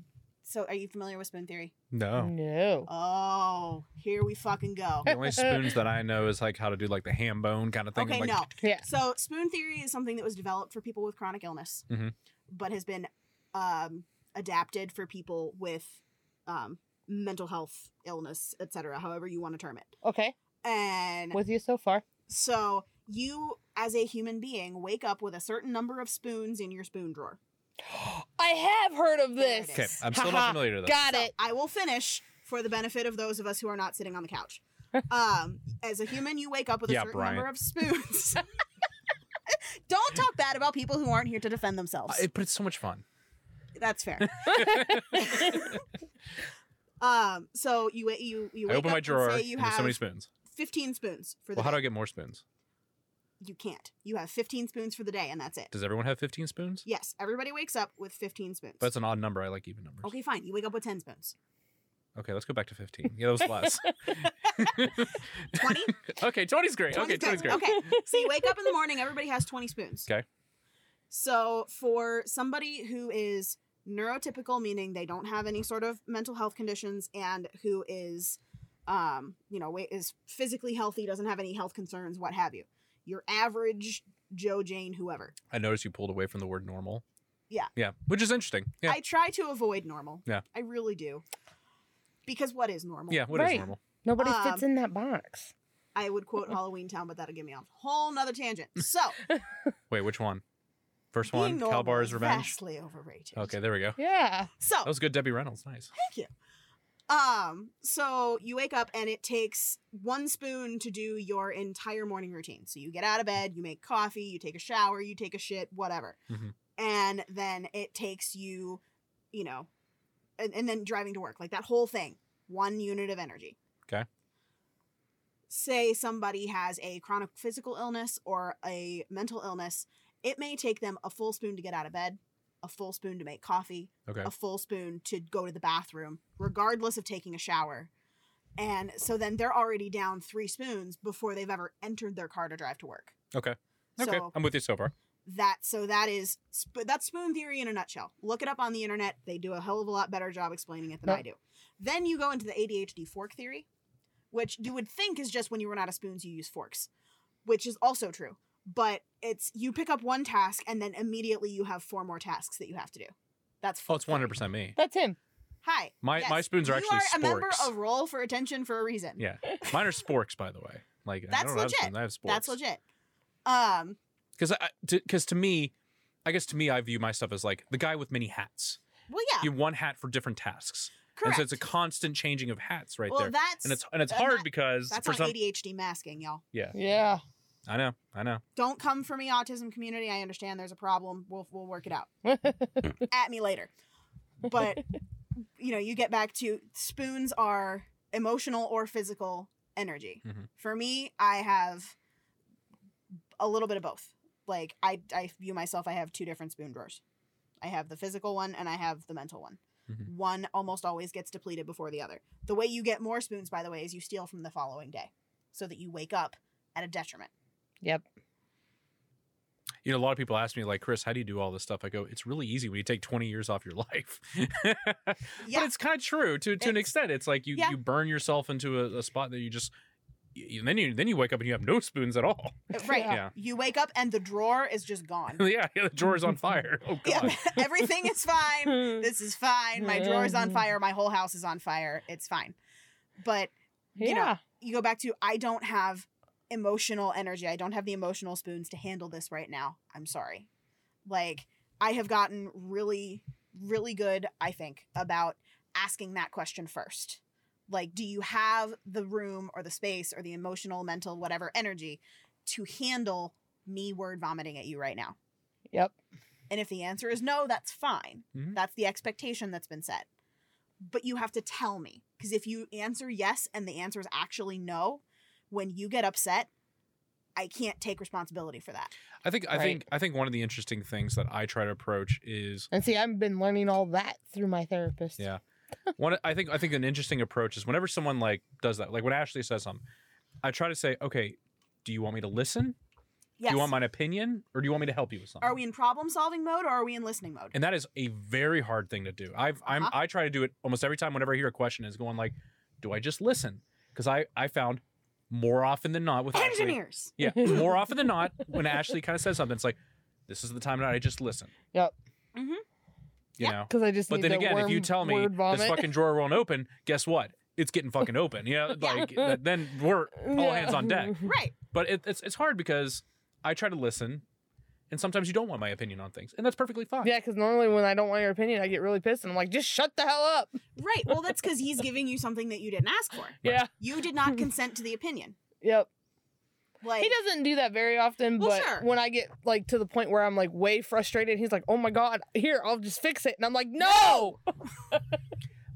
so are you familiar with spoon theory?
No.
No.
Oh, here we fucking go.
The only spoons that I know is like how to do like the ham bone kind of thing.
Okay,
like,
no.
Yeah.
So spoon theory is something that was developed for people with chronic illness,
Mhm.
but has been um, adapted for people with um, mental health illness, etc. However you want to term it.
Okay.
And
With you so far.
so you, as a human being, wake up with a certain number of spoons in your spoon drawer.
I have heard of
There it
this.
Okay, I'm still
Haha,
not familiar with that.
Got it.
I will finish for the benefit of those of us who are not sitting on the couch. Um, as a human, you wake up with a
Yeah,
certain
Brian.
number of spoons. Don't talk bad about people who aren't here to defend themselves.
Uh, it- but it's so much fun.
That's fair. um, so you wa- you you
I
wake
open my
up and
drawer
say
and
you
there's so
have
many spoons.
fifteen spoons for the
Well, how do
day.
I get more spoons?
you can't. You have fifteen spoons for the day, and that's it.
Does everyone have 15 spoons?
Yes, everybody wakes up with fifteen spoons.
But it's an odd number. I like even numbers. Okay,
okay, fine. You wake up with ten spoons.
let's go back to 15. Yeah, that was less.
Twenty.
okay, 20's great.
20
Okay, 20's
spoons.
great.
Okay, so you wake up in the morning. Everybody has twenty spoons.
Okay.
So for somebody who is neurotypical, meaning they don't have any sort of mental health conditions, and who is, um, you know, wa- is physically healthy, doesn't have any health concerns, what have you, your average Joe Jane, whoever.
I noticed you pulled away from the word normal.
Yeah.
Yeah, which is interesting. Yeah.
I try to avoid normal.
Yeah.
I really do. Because what is normal?
yeah, what is
Right.
normal?
Nobody
Um,
fits in that box.
I would quote Halloween Town, but that'll give me a whole nother tangent. So,
Wait, which one? First
being
one,
normal
Calbar's
is
Revenge.
Vastly overrated.
Okay, there we go.
Yeah.
So,
That was good, Debbie Reynolds. Nice.
Um, so you wake up and it takes one spoon to do your entire morning routine. So you get out of bed, you make coffee, you take a shower, you take a shit, whatever.
Mhm.
And then it takes you, you know, and, and then driving to work, like that whole thing, one unit of energy.
Okay.
Say somebody has a chronic physical illness or a mental illness, it may take them a full spoon to get out of bed, a full spoon to make coffee,
Okay.
a full spoon to go to the bathroom, regardless of taking a shower. And so then they're already down three spoons before they've ever entered their car to drive to work.
Okay. Okay,
So
I'm with you so far.
that so that is sp- that's spoon theory in a nutshell. Look it up on the internet. They do a hell of a lot better job explaining it than
Nope.
I do. Then you go into the ADHD fork theory, which you would think is just when you run out of spoons you use forks, which is also true. But it's you pick up one task and then immediately you have four more tasks that you have to do. That's
Oh, it's
fork theory.
100% me.
That's him.
Hi.
My- my spoons are
You
actually
a member
sporks.
of Roll for Attention for a reason.
Yeah. Mine are sporks, by the way. Like I
That's
don't have
legit.
spoons, I have sporks.
That's legit. Um,
Because because to me, I guess to me, I view my stuff as like the guy with many hats.
well, yeah,
You have one hat for different tasks,
correct.
and so it's a constant changing of hats right
well,
there.
that's
And it's and it's
that's
hard
not-
because
that's
for
not
some
ADHD masking, y'all.
Yeah.
I know I know
Don't come for me, autism community. I understand there's a problem. We'll we'll work it out. At me later. But you know, you get back to spoons are emotional or physical energy.
Mhm.
For me, I have a little bit of both. Like I I view myself I have two different spoon drawers. I have the physical one and I have the mental one.
Mhm.
one almost always gets depleted before the other. The way you get more spoons, by the way, is you steal from the following day so that you wake up at a detriment.
Yep.
You know, a lot of people ask me, like, Chris, how do you do all this stuff? I go, it's really easy when you take 20 years off your life.
Yeah.
But it's kind of true to, to an
It's-
extent. It's like you,
Yeah.
you burn yourself into a, a spot that you just, you, then you then you wake up and you have no spoons at all.
Right.
Yeah.
Yeah.
You wake up and the drawer is just gone.
yeah, yeah, the drawer's on fire. Oh, God.
Yeah, everything is fine.
you
This is fine. My drawer's on fire. My whole house is on fire. It's fine. But you know,
yeah.
you go back to I don't have emotional energy. I don't have the emotional spoons to handle this right now. I'm sorry. Like I have gotten really really good, I think, about asking that question first. Like do you have the room or the space or the emotional, mental, whatever energy to handle me word vomiting at you right now?
Yep.
And if the answer is no, that's fine.
Mhm.
That's the expectation that's been set. But you have to tell me. Because if you answer yes and the answer is actually no, when you get upset, I can't take responsibility for that.
I think I
Right.
think I think one of the interesting things that I try to approach is
And see, I've been learning all that through my therapist.
Yeah. one I think I think an interesting approach is whenever someone like does that, like when Ashley says something, I try to say, okay, do you want me to listen?
Yes.
Do you want my opinion, or do you want me to help you with something?
are we in problem solving mode or are we in listening mode?
And that is a very hard thing to do. I've I'm
Uh-huh.
I try to do it almost every time whenever I hear a question is going like, do I just listen? Because I I found more often than not with Ashley-
Engineers.
yeah, more often than not when Ashley kind of says something, it's like, this is the time now I just listen.
Yep.
Mhm.
You
Yeah.
know.
Because I just.
But
need
then
to
again, if you
worm-
tell me
word
this
vomit.
fucking drawer won't open, guess what? It's getting fucking open. You know,
Yeah.
like th- then we're all hands on deck.
Right.
But it, it's it's hard because I try to listen, and sometimes you don't want my opinion on things, and that's perfectly fine.
Yeah, because normally when I don't want your opinion, I get really pissed and I'm like, just shut the hell up.
Right. Well, that's because he's giving you something that you didn't ask for.
Yeah.
You did not consent to the opinion.
Yep.
Like
He doesn't do that very often,
Well,
but
sure.
when I get like to the point where I'm like way frustrated, he's like, "Oh my god, here I'll just fix it," and I'm like, "No,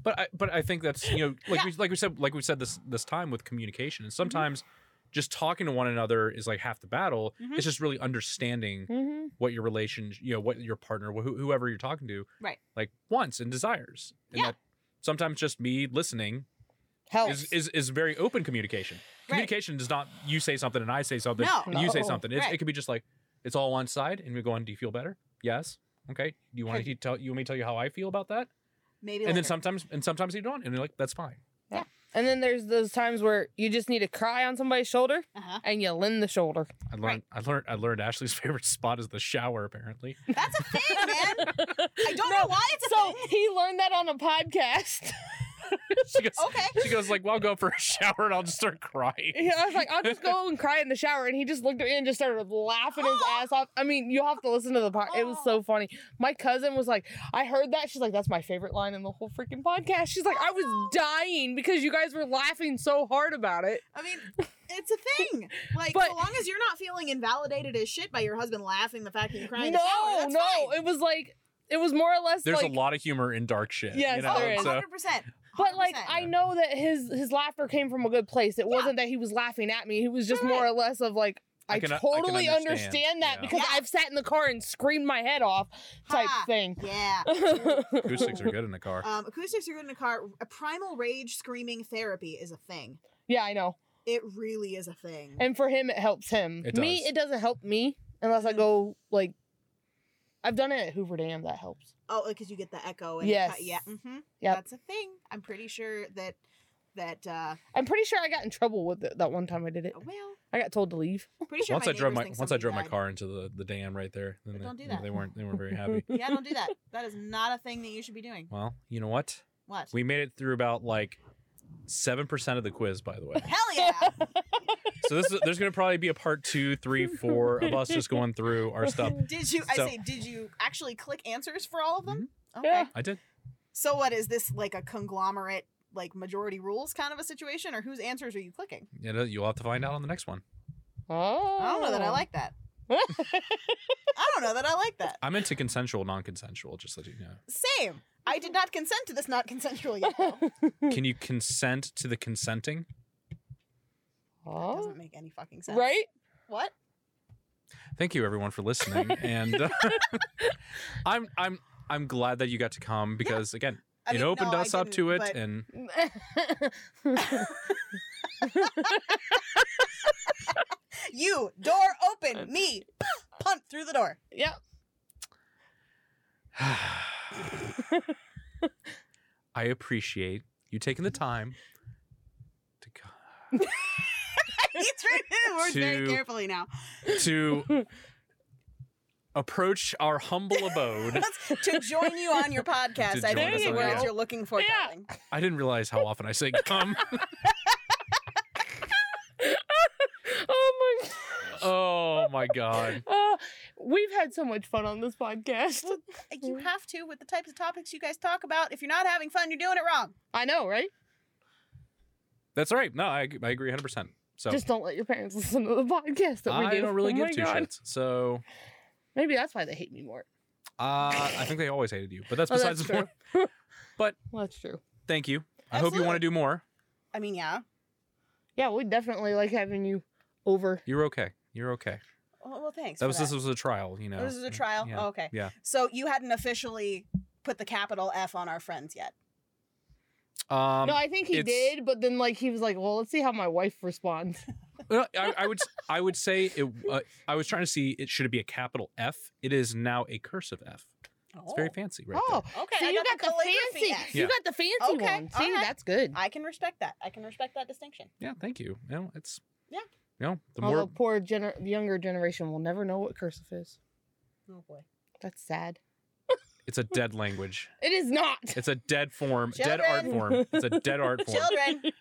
But I but I think that's you know like
Yeah.
we, like we said like we said this this time with communication, and sometimes
Mm-hmm.
just talking to one another is like half the battle.
Mhm.
It's just really understanding
mm-hmm.
what your relation, you know, what your partner, wh- whoever you're talking to,
Right.
like wants and desires. And
Yeah.
that sometimes just me listening
help."
is, is is very open communication.
Right.
Communication does not you say something and I say something
No.
and you say
No.
something. It's,
Right.
It could be just like it's all one side and we go on. Do you feel better? Yes. Okay. Do you want to
Okay.
tell you want me to tell you how I feel about that?
maybe
And then
later.
sometimes and sometimes you don't and you're like that's fine.
and then there's those times where you just need to cry on somebody's shoulder
uh-huh.
and you lend the shoulder.
I learned
Right.
I learned I learned Ashley's favorite spot is the shower apparently.
That's a thing, man. I don't know why it's a
So
thing.
he learned that on a podcast.
she goes
Okay.
she goes like well I'll go for a shower and I'll just start crying.
Yeah, I was like, I'll just go and cry in the shower. And he just looked at me and just started laughing his ass off. I mean, you have to listen to the podcast. It was so funny. My cousin was like, I heard that. She's like, that's my favorite line in the whole freaking podcast. She's like, I was dying because you guys were laughing so hard about it.
I mean, it's a thing. Like,
But-
so long as you're not feeling invalidated as shit by your husband laughing the fact that you're
No,
crying.
no. It was like, it was more or less
There's
like.
a lot of humor in dark shit.
Yes,
you know?
there
and
is.
so-
Oh, hundred percent.
But like I
Yeah.
know that his his laughter came from a good place. It
Yeah.
wasn't that he was laughing at me. He was just
Right.
more or less of like I,
I can- uh, I can
totally
understand.
understand. that
Yeah.
because
Yeah.
I've sat in the car and screamed my head off type
Ha.
thing.
yeah.
acoustics are good in a car.
Um, acoustics are good in a car. A primal rage screaming therapy is a thing.
yeah, I know.
It really is a thing.
And for him, it helps him.
It
me,
does.
it doesn't help me unless
Mm.
I go like. I've done it at Hoover Dam. That helps.
oh, because you get the echo. And
Yes.
yeah. Mm-hmm.
Yep.
That's a thing. I'm pretty sure that that. uh
I'm pretty sure I got in trouble with it that one time I did it.
Well,
I got told to leave.
pretty sure.
once
my
I drove
neighbors
my
think
once I
somebody
drove my
died.
car into the, the dam right there, then
But
they,
don't do
you know,
that.
they weren't they weren't very happy.
Yeah, don't do that. That is not a thing that you should be doing.
well, you know what?
What?
We made it through about like seven percent of the quiz, by the way.
Hell yeah.
So this is, there's gonna probably be a part two, three, four of us just going through our stuff.
Did you? I
So- Mm-hmm.
say, did you actually click answers for all of them? Okay.
Yeah.
I did.
So what is this like a conglomerate, like majority rules kind of a situation, or whose answers are you clicking?
You know, you'll have to find out on the next one.
Oh,
I don't know that I like that. I don't know that I like that.
I'm into consensual, non-consensual. Just let you know.
Same. I did not consent to this not consensual yet. though. That
Can you consent to the consenting?
Oh,
Oh.
doesn't make any fucking sense.
right?
What?
Thank you, everyone, for listening. And uh, I'm I'm I'm glad that you got to come because again,
I
it
mean,
opened
no, I
us up to
didn't,
it,
but-
and
you door open me punt through the door.
yep.
I appreciate you taking the time to co-
He's reading the words very
To-
carefully now.
to approach our humble abode.
to join you on your podcast.
To
I
join
think
us
is the
on
words
your-
you're looking for,
Yeah.
darling.
I didn't realize how often I say come.
oh my.
Oh my god.
Uh, we've had so much fun on this podcast.
You
Mm-hmm.
have to with the types of topics you guys talk about. If you're not having fun, you're doing it wrong.
I know, right?
That's all right. No, I, I agree 100%. So
Just don't let your parents listen to the podcast that we
I
do.
don't really
Oh
give
my
two
God.
shits. So
Maybe that's why they hate me more.
uh, I think they always hated you, but that's
Oh,
besides
that's
the point.
Well, that's true.
Thank you. I hope you want to do more.
I mean, yeah.
Yeah, we definitely like having you over.
You're okay. You're okay.
Oh, Well, well, thanks.
That
for
was this was a trial, you know.
Oh, this is a trial.
Yeah.
Oh, okay.
Yeah.
So you hadn't officially put the capital F on our friends yet.
Um,
Oh. no, I think he
it's-
did, but then like he was like, "Well, let's see how my wife responds."
Uh, I, I would I would say it. Uh, I was trying to see it should it be a capital F. It is now a cursive F. It's very fancy, right?
oh,
there.
Okay.
so
I
you
got, the calligraphy
fancy,
F.
Yeah.
you got the fancy
Okay,
one. See,
alright.
that's good.
I can respect that. I can respect that distinction.
yeah. Thank you. You know, it's
Yeah.
You know, the
Although
more
poor gener- the younger generation will never know what cursive is.
Oh boy.
That's sad.
it's a dead language.
It is not.
It's a dead form, dead art
Children.
form. It's a dead art form.
Children.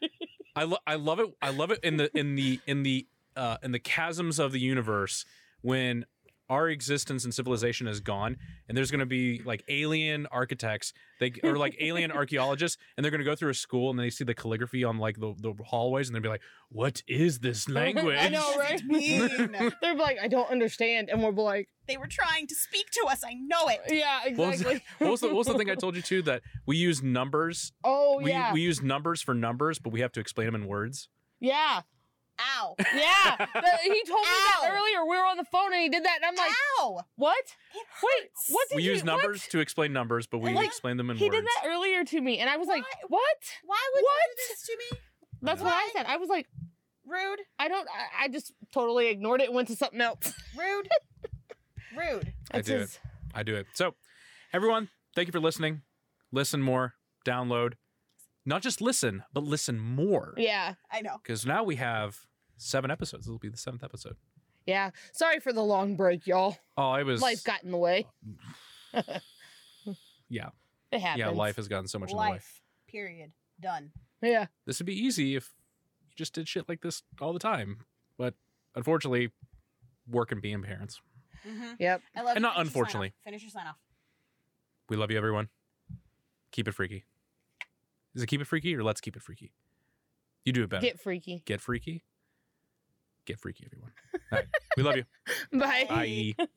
I, lo- I love it. I love it in the in the in the uh, in the chasms of the universe when our existence and civilization is gone, and there's going to be like alien architects, they or like alien archaeologists, and they're going to go through a school and they see the calligraphy on like the, the hallways, and they'll be like, "What is this language?"
I know, right?
Mean.
They're like, I don't understand, and we're like,
they were trying to speak to us. I know it.
yeah,
What was,
exactly.
what, was the, what was the thing I told you too that we use numbers?
Oh
we,
yeah,
we use numbers for numbers, but we have to explain them in words.
yeah,
Ow.
yeah. The- he told me that
Ow.
earlier. We were on the phone, and he did that, and I'm like,
Ow.
what?
It
Wait,
hurts.
what did
We
you,
use numbers
What?
to explain numbers, but we
Like,
explain them in
He
words.
did that earlier to me, and I was like, what?
Why would
What?
you do this to me?
That's what I
What?
said. I was like,
Rude.
I don't. I, I just totally ignored it and went to something else.
Rude. Rude.
I
It's
do it.
his-
I do it. So, everyone, thank you for listening. Listen more, download. Not just listen, but listen more.
Yeah,
I know.
Because now we have seven episodes. This will be the seventh episode.
yeah. Sorry for the long break, y'all.
Oh, it was.
Life got in the way.
Yeah.
it happens.
yeah, life has gotten so much in the way.
Life. Period. Done.
Yeah,
This would be easy if you just did shit like this all the time. But unfortunately, work and being parents.
Mm-hmm.
yep.
I love
And not
you. Finish your sign
unfortunately.
off. Finish your sign off.
We love you, everyone. Keep it freaky. Is it keep it freaky or let's keep it freaky? You do it better.
Get freaky.
Get freaky. Get freaky, everyone. All right. We love you.
Bye.
Bye.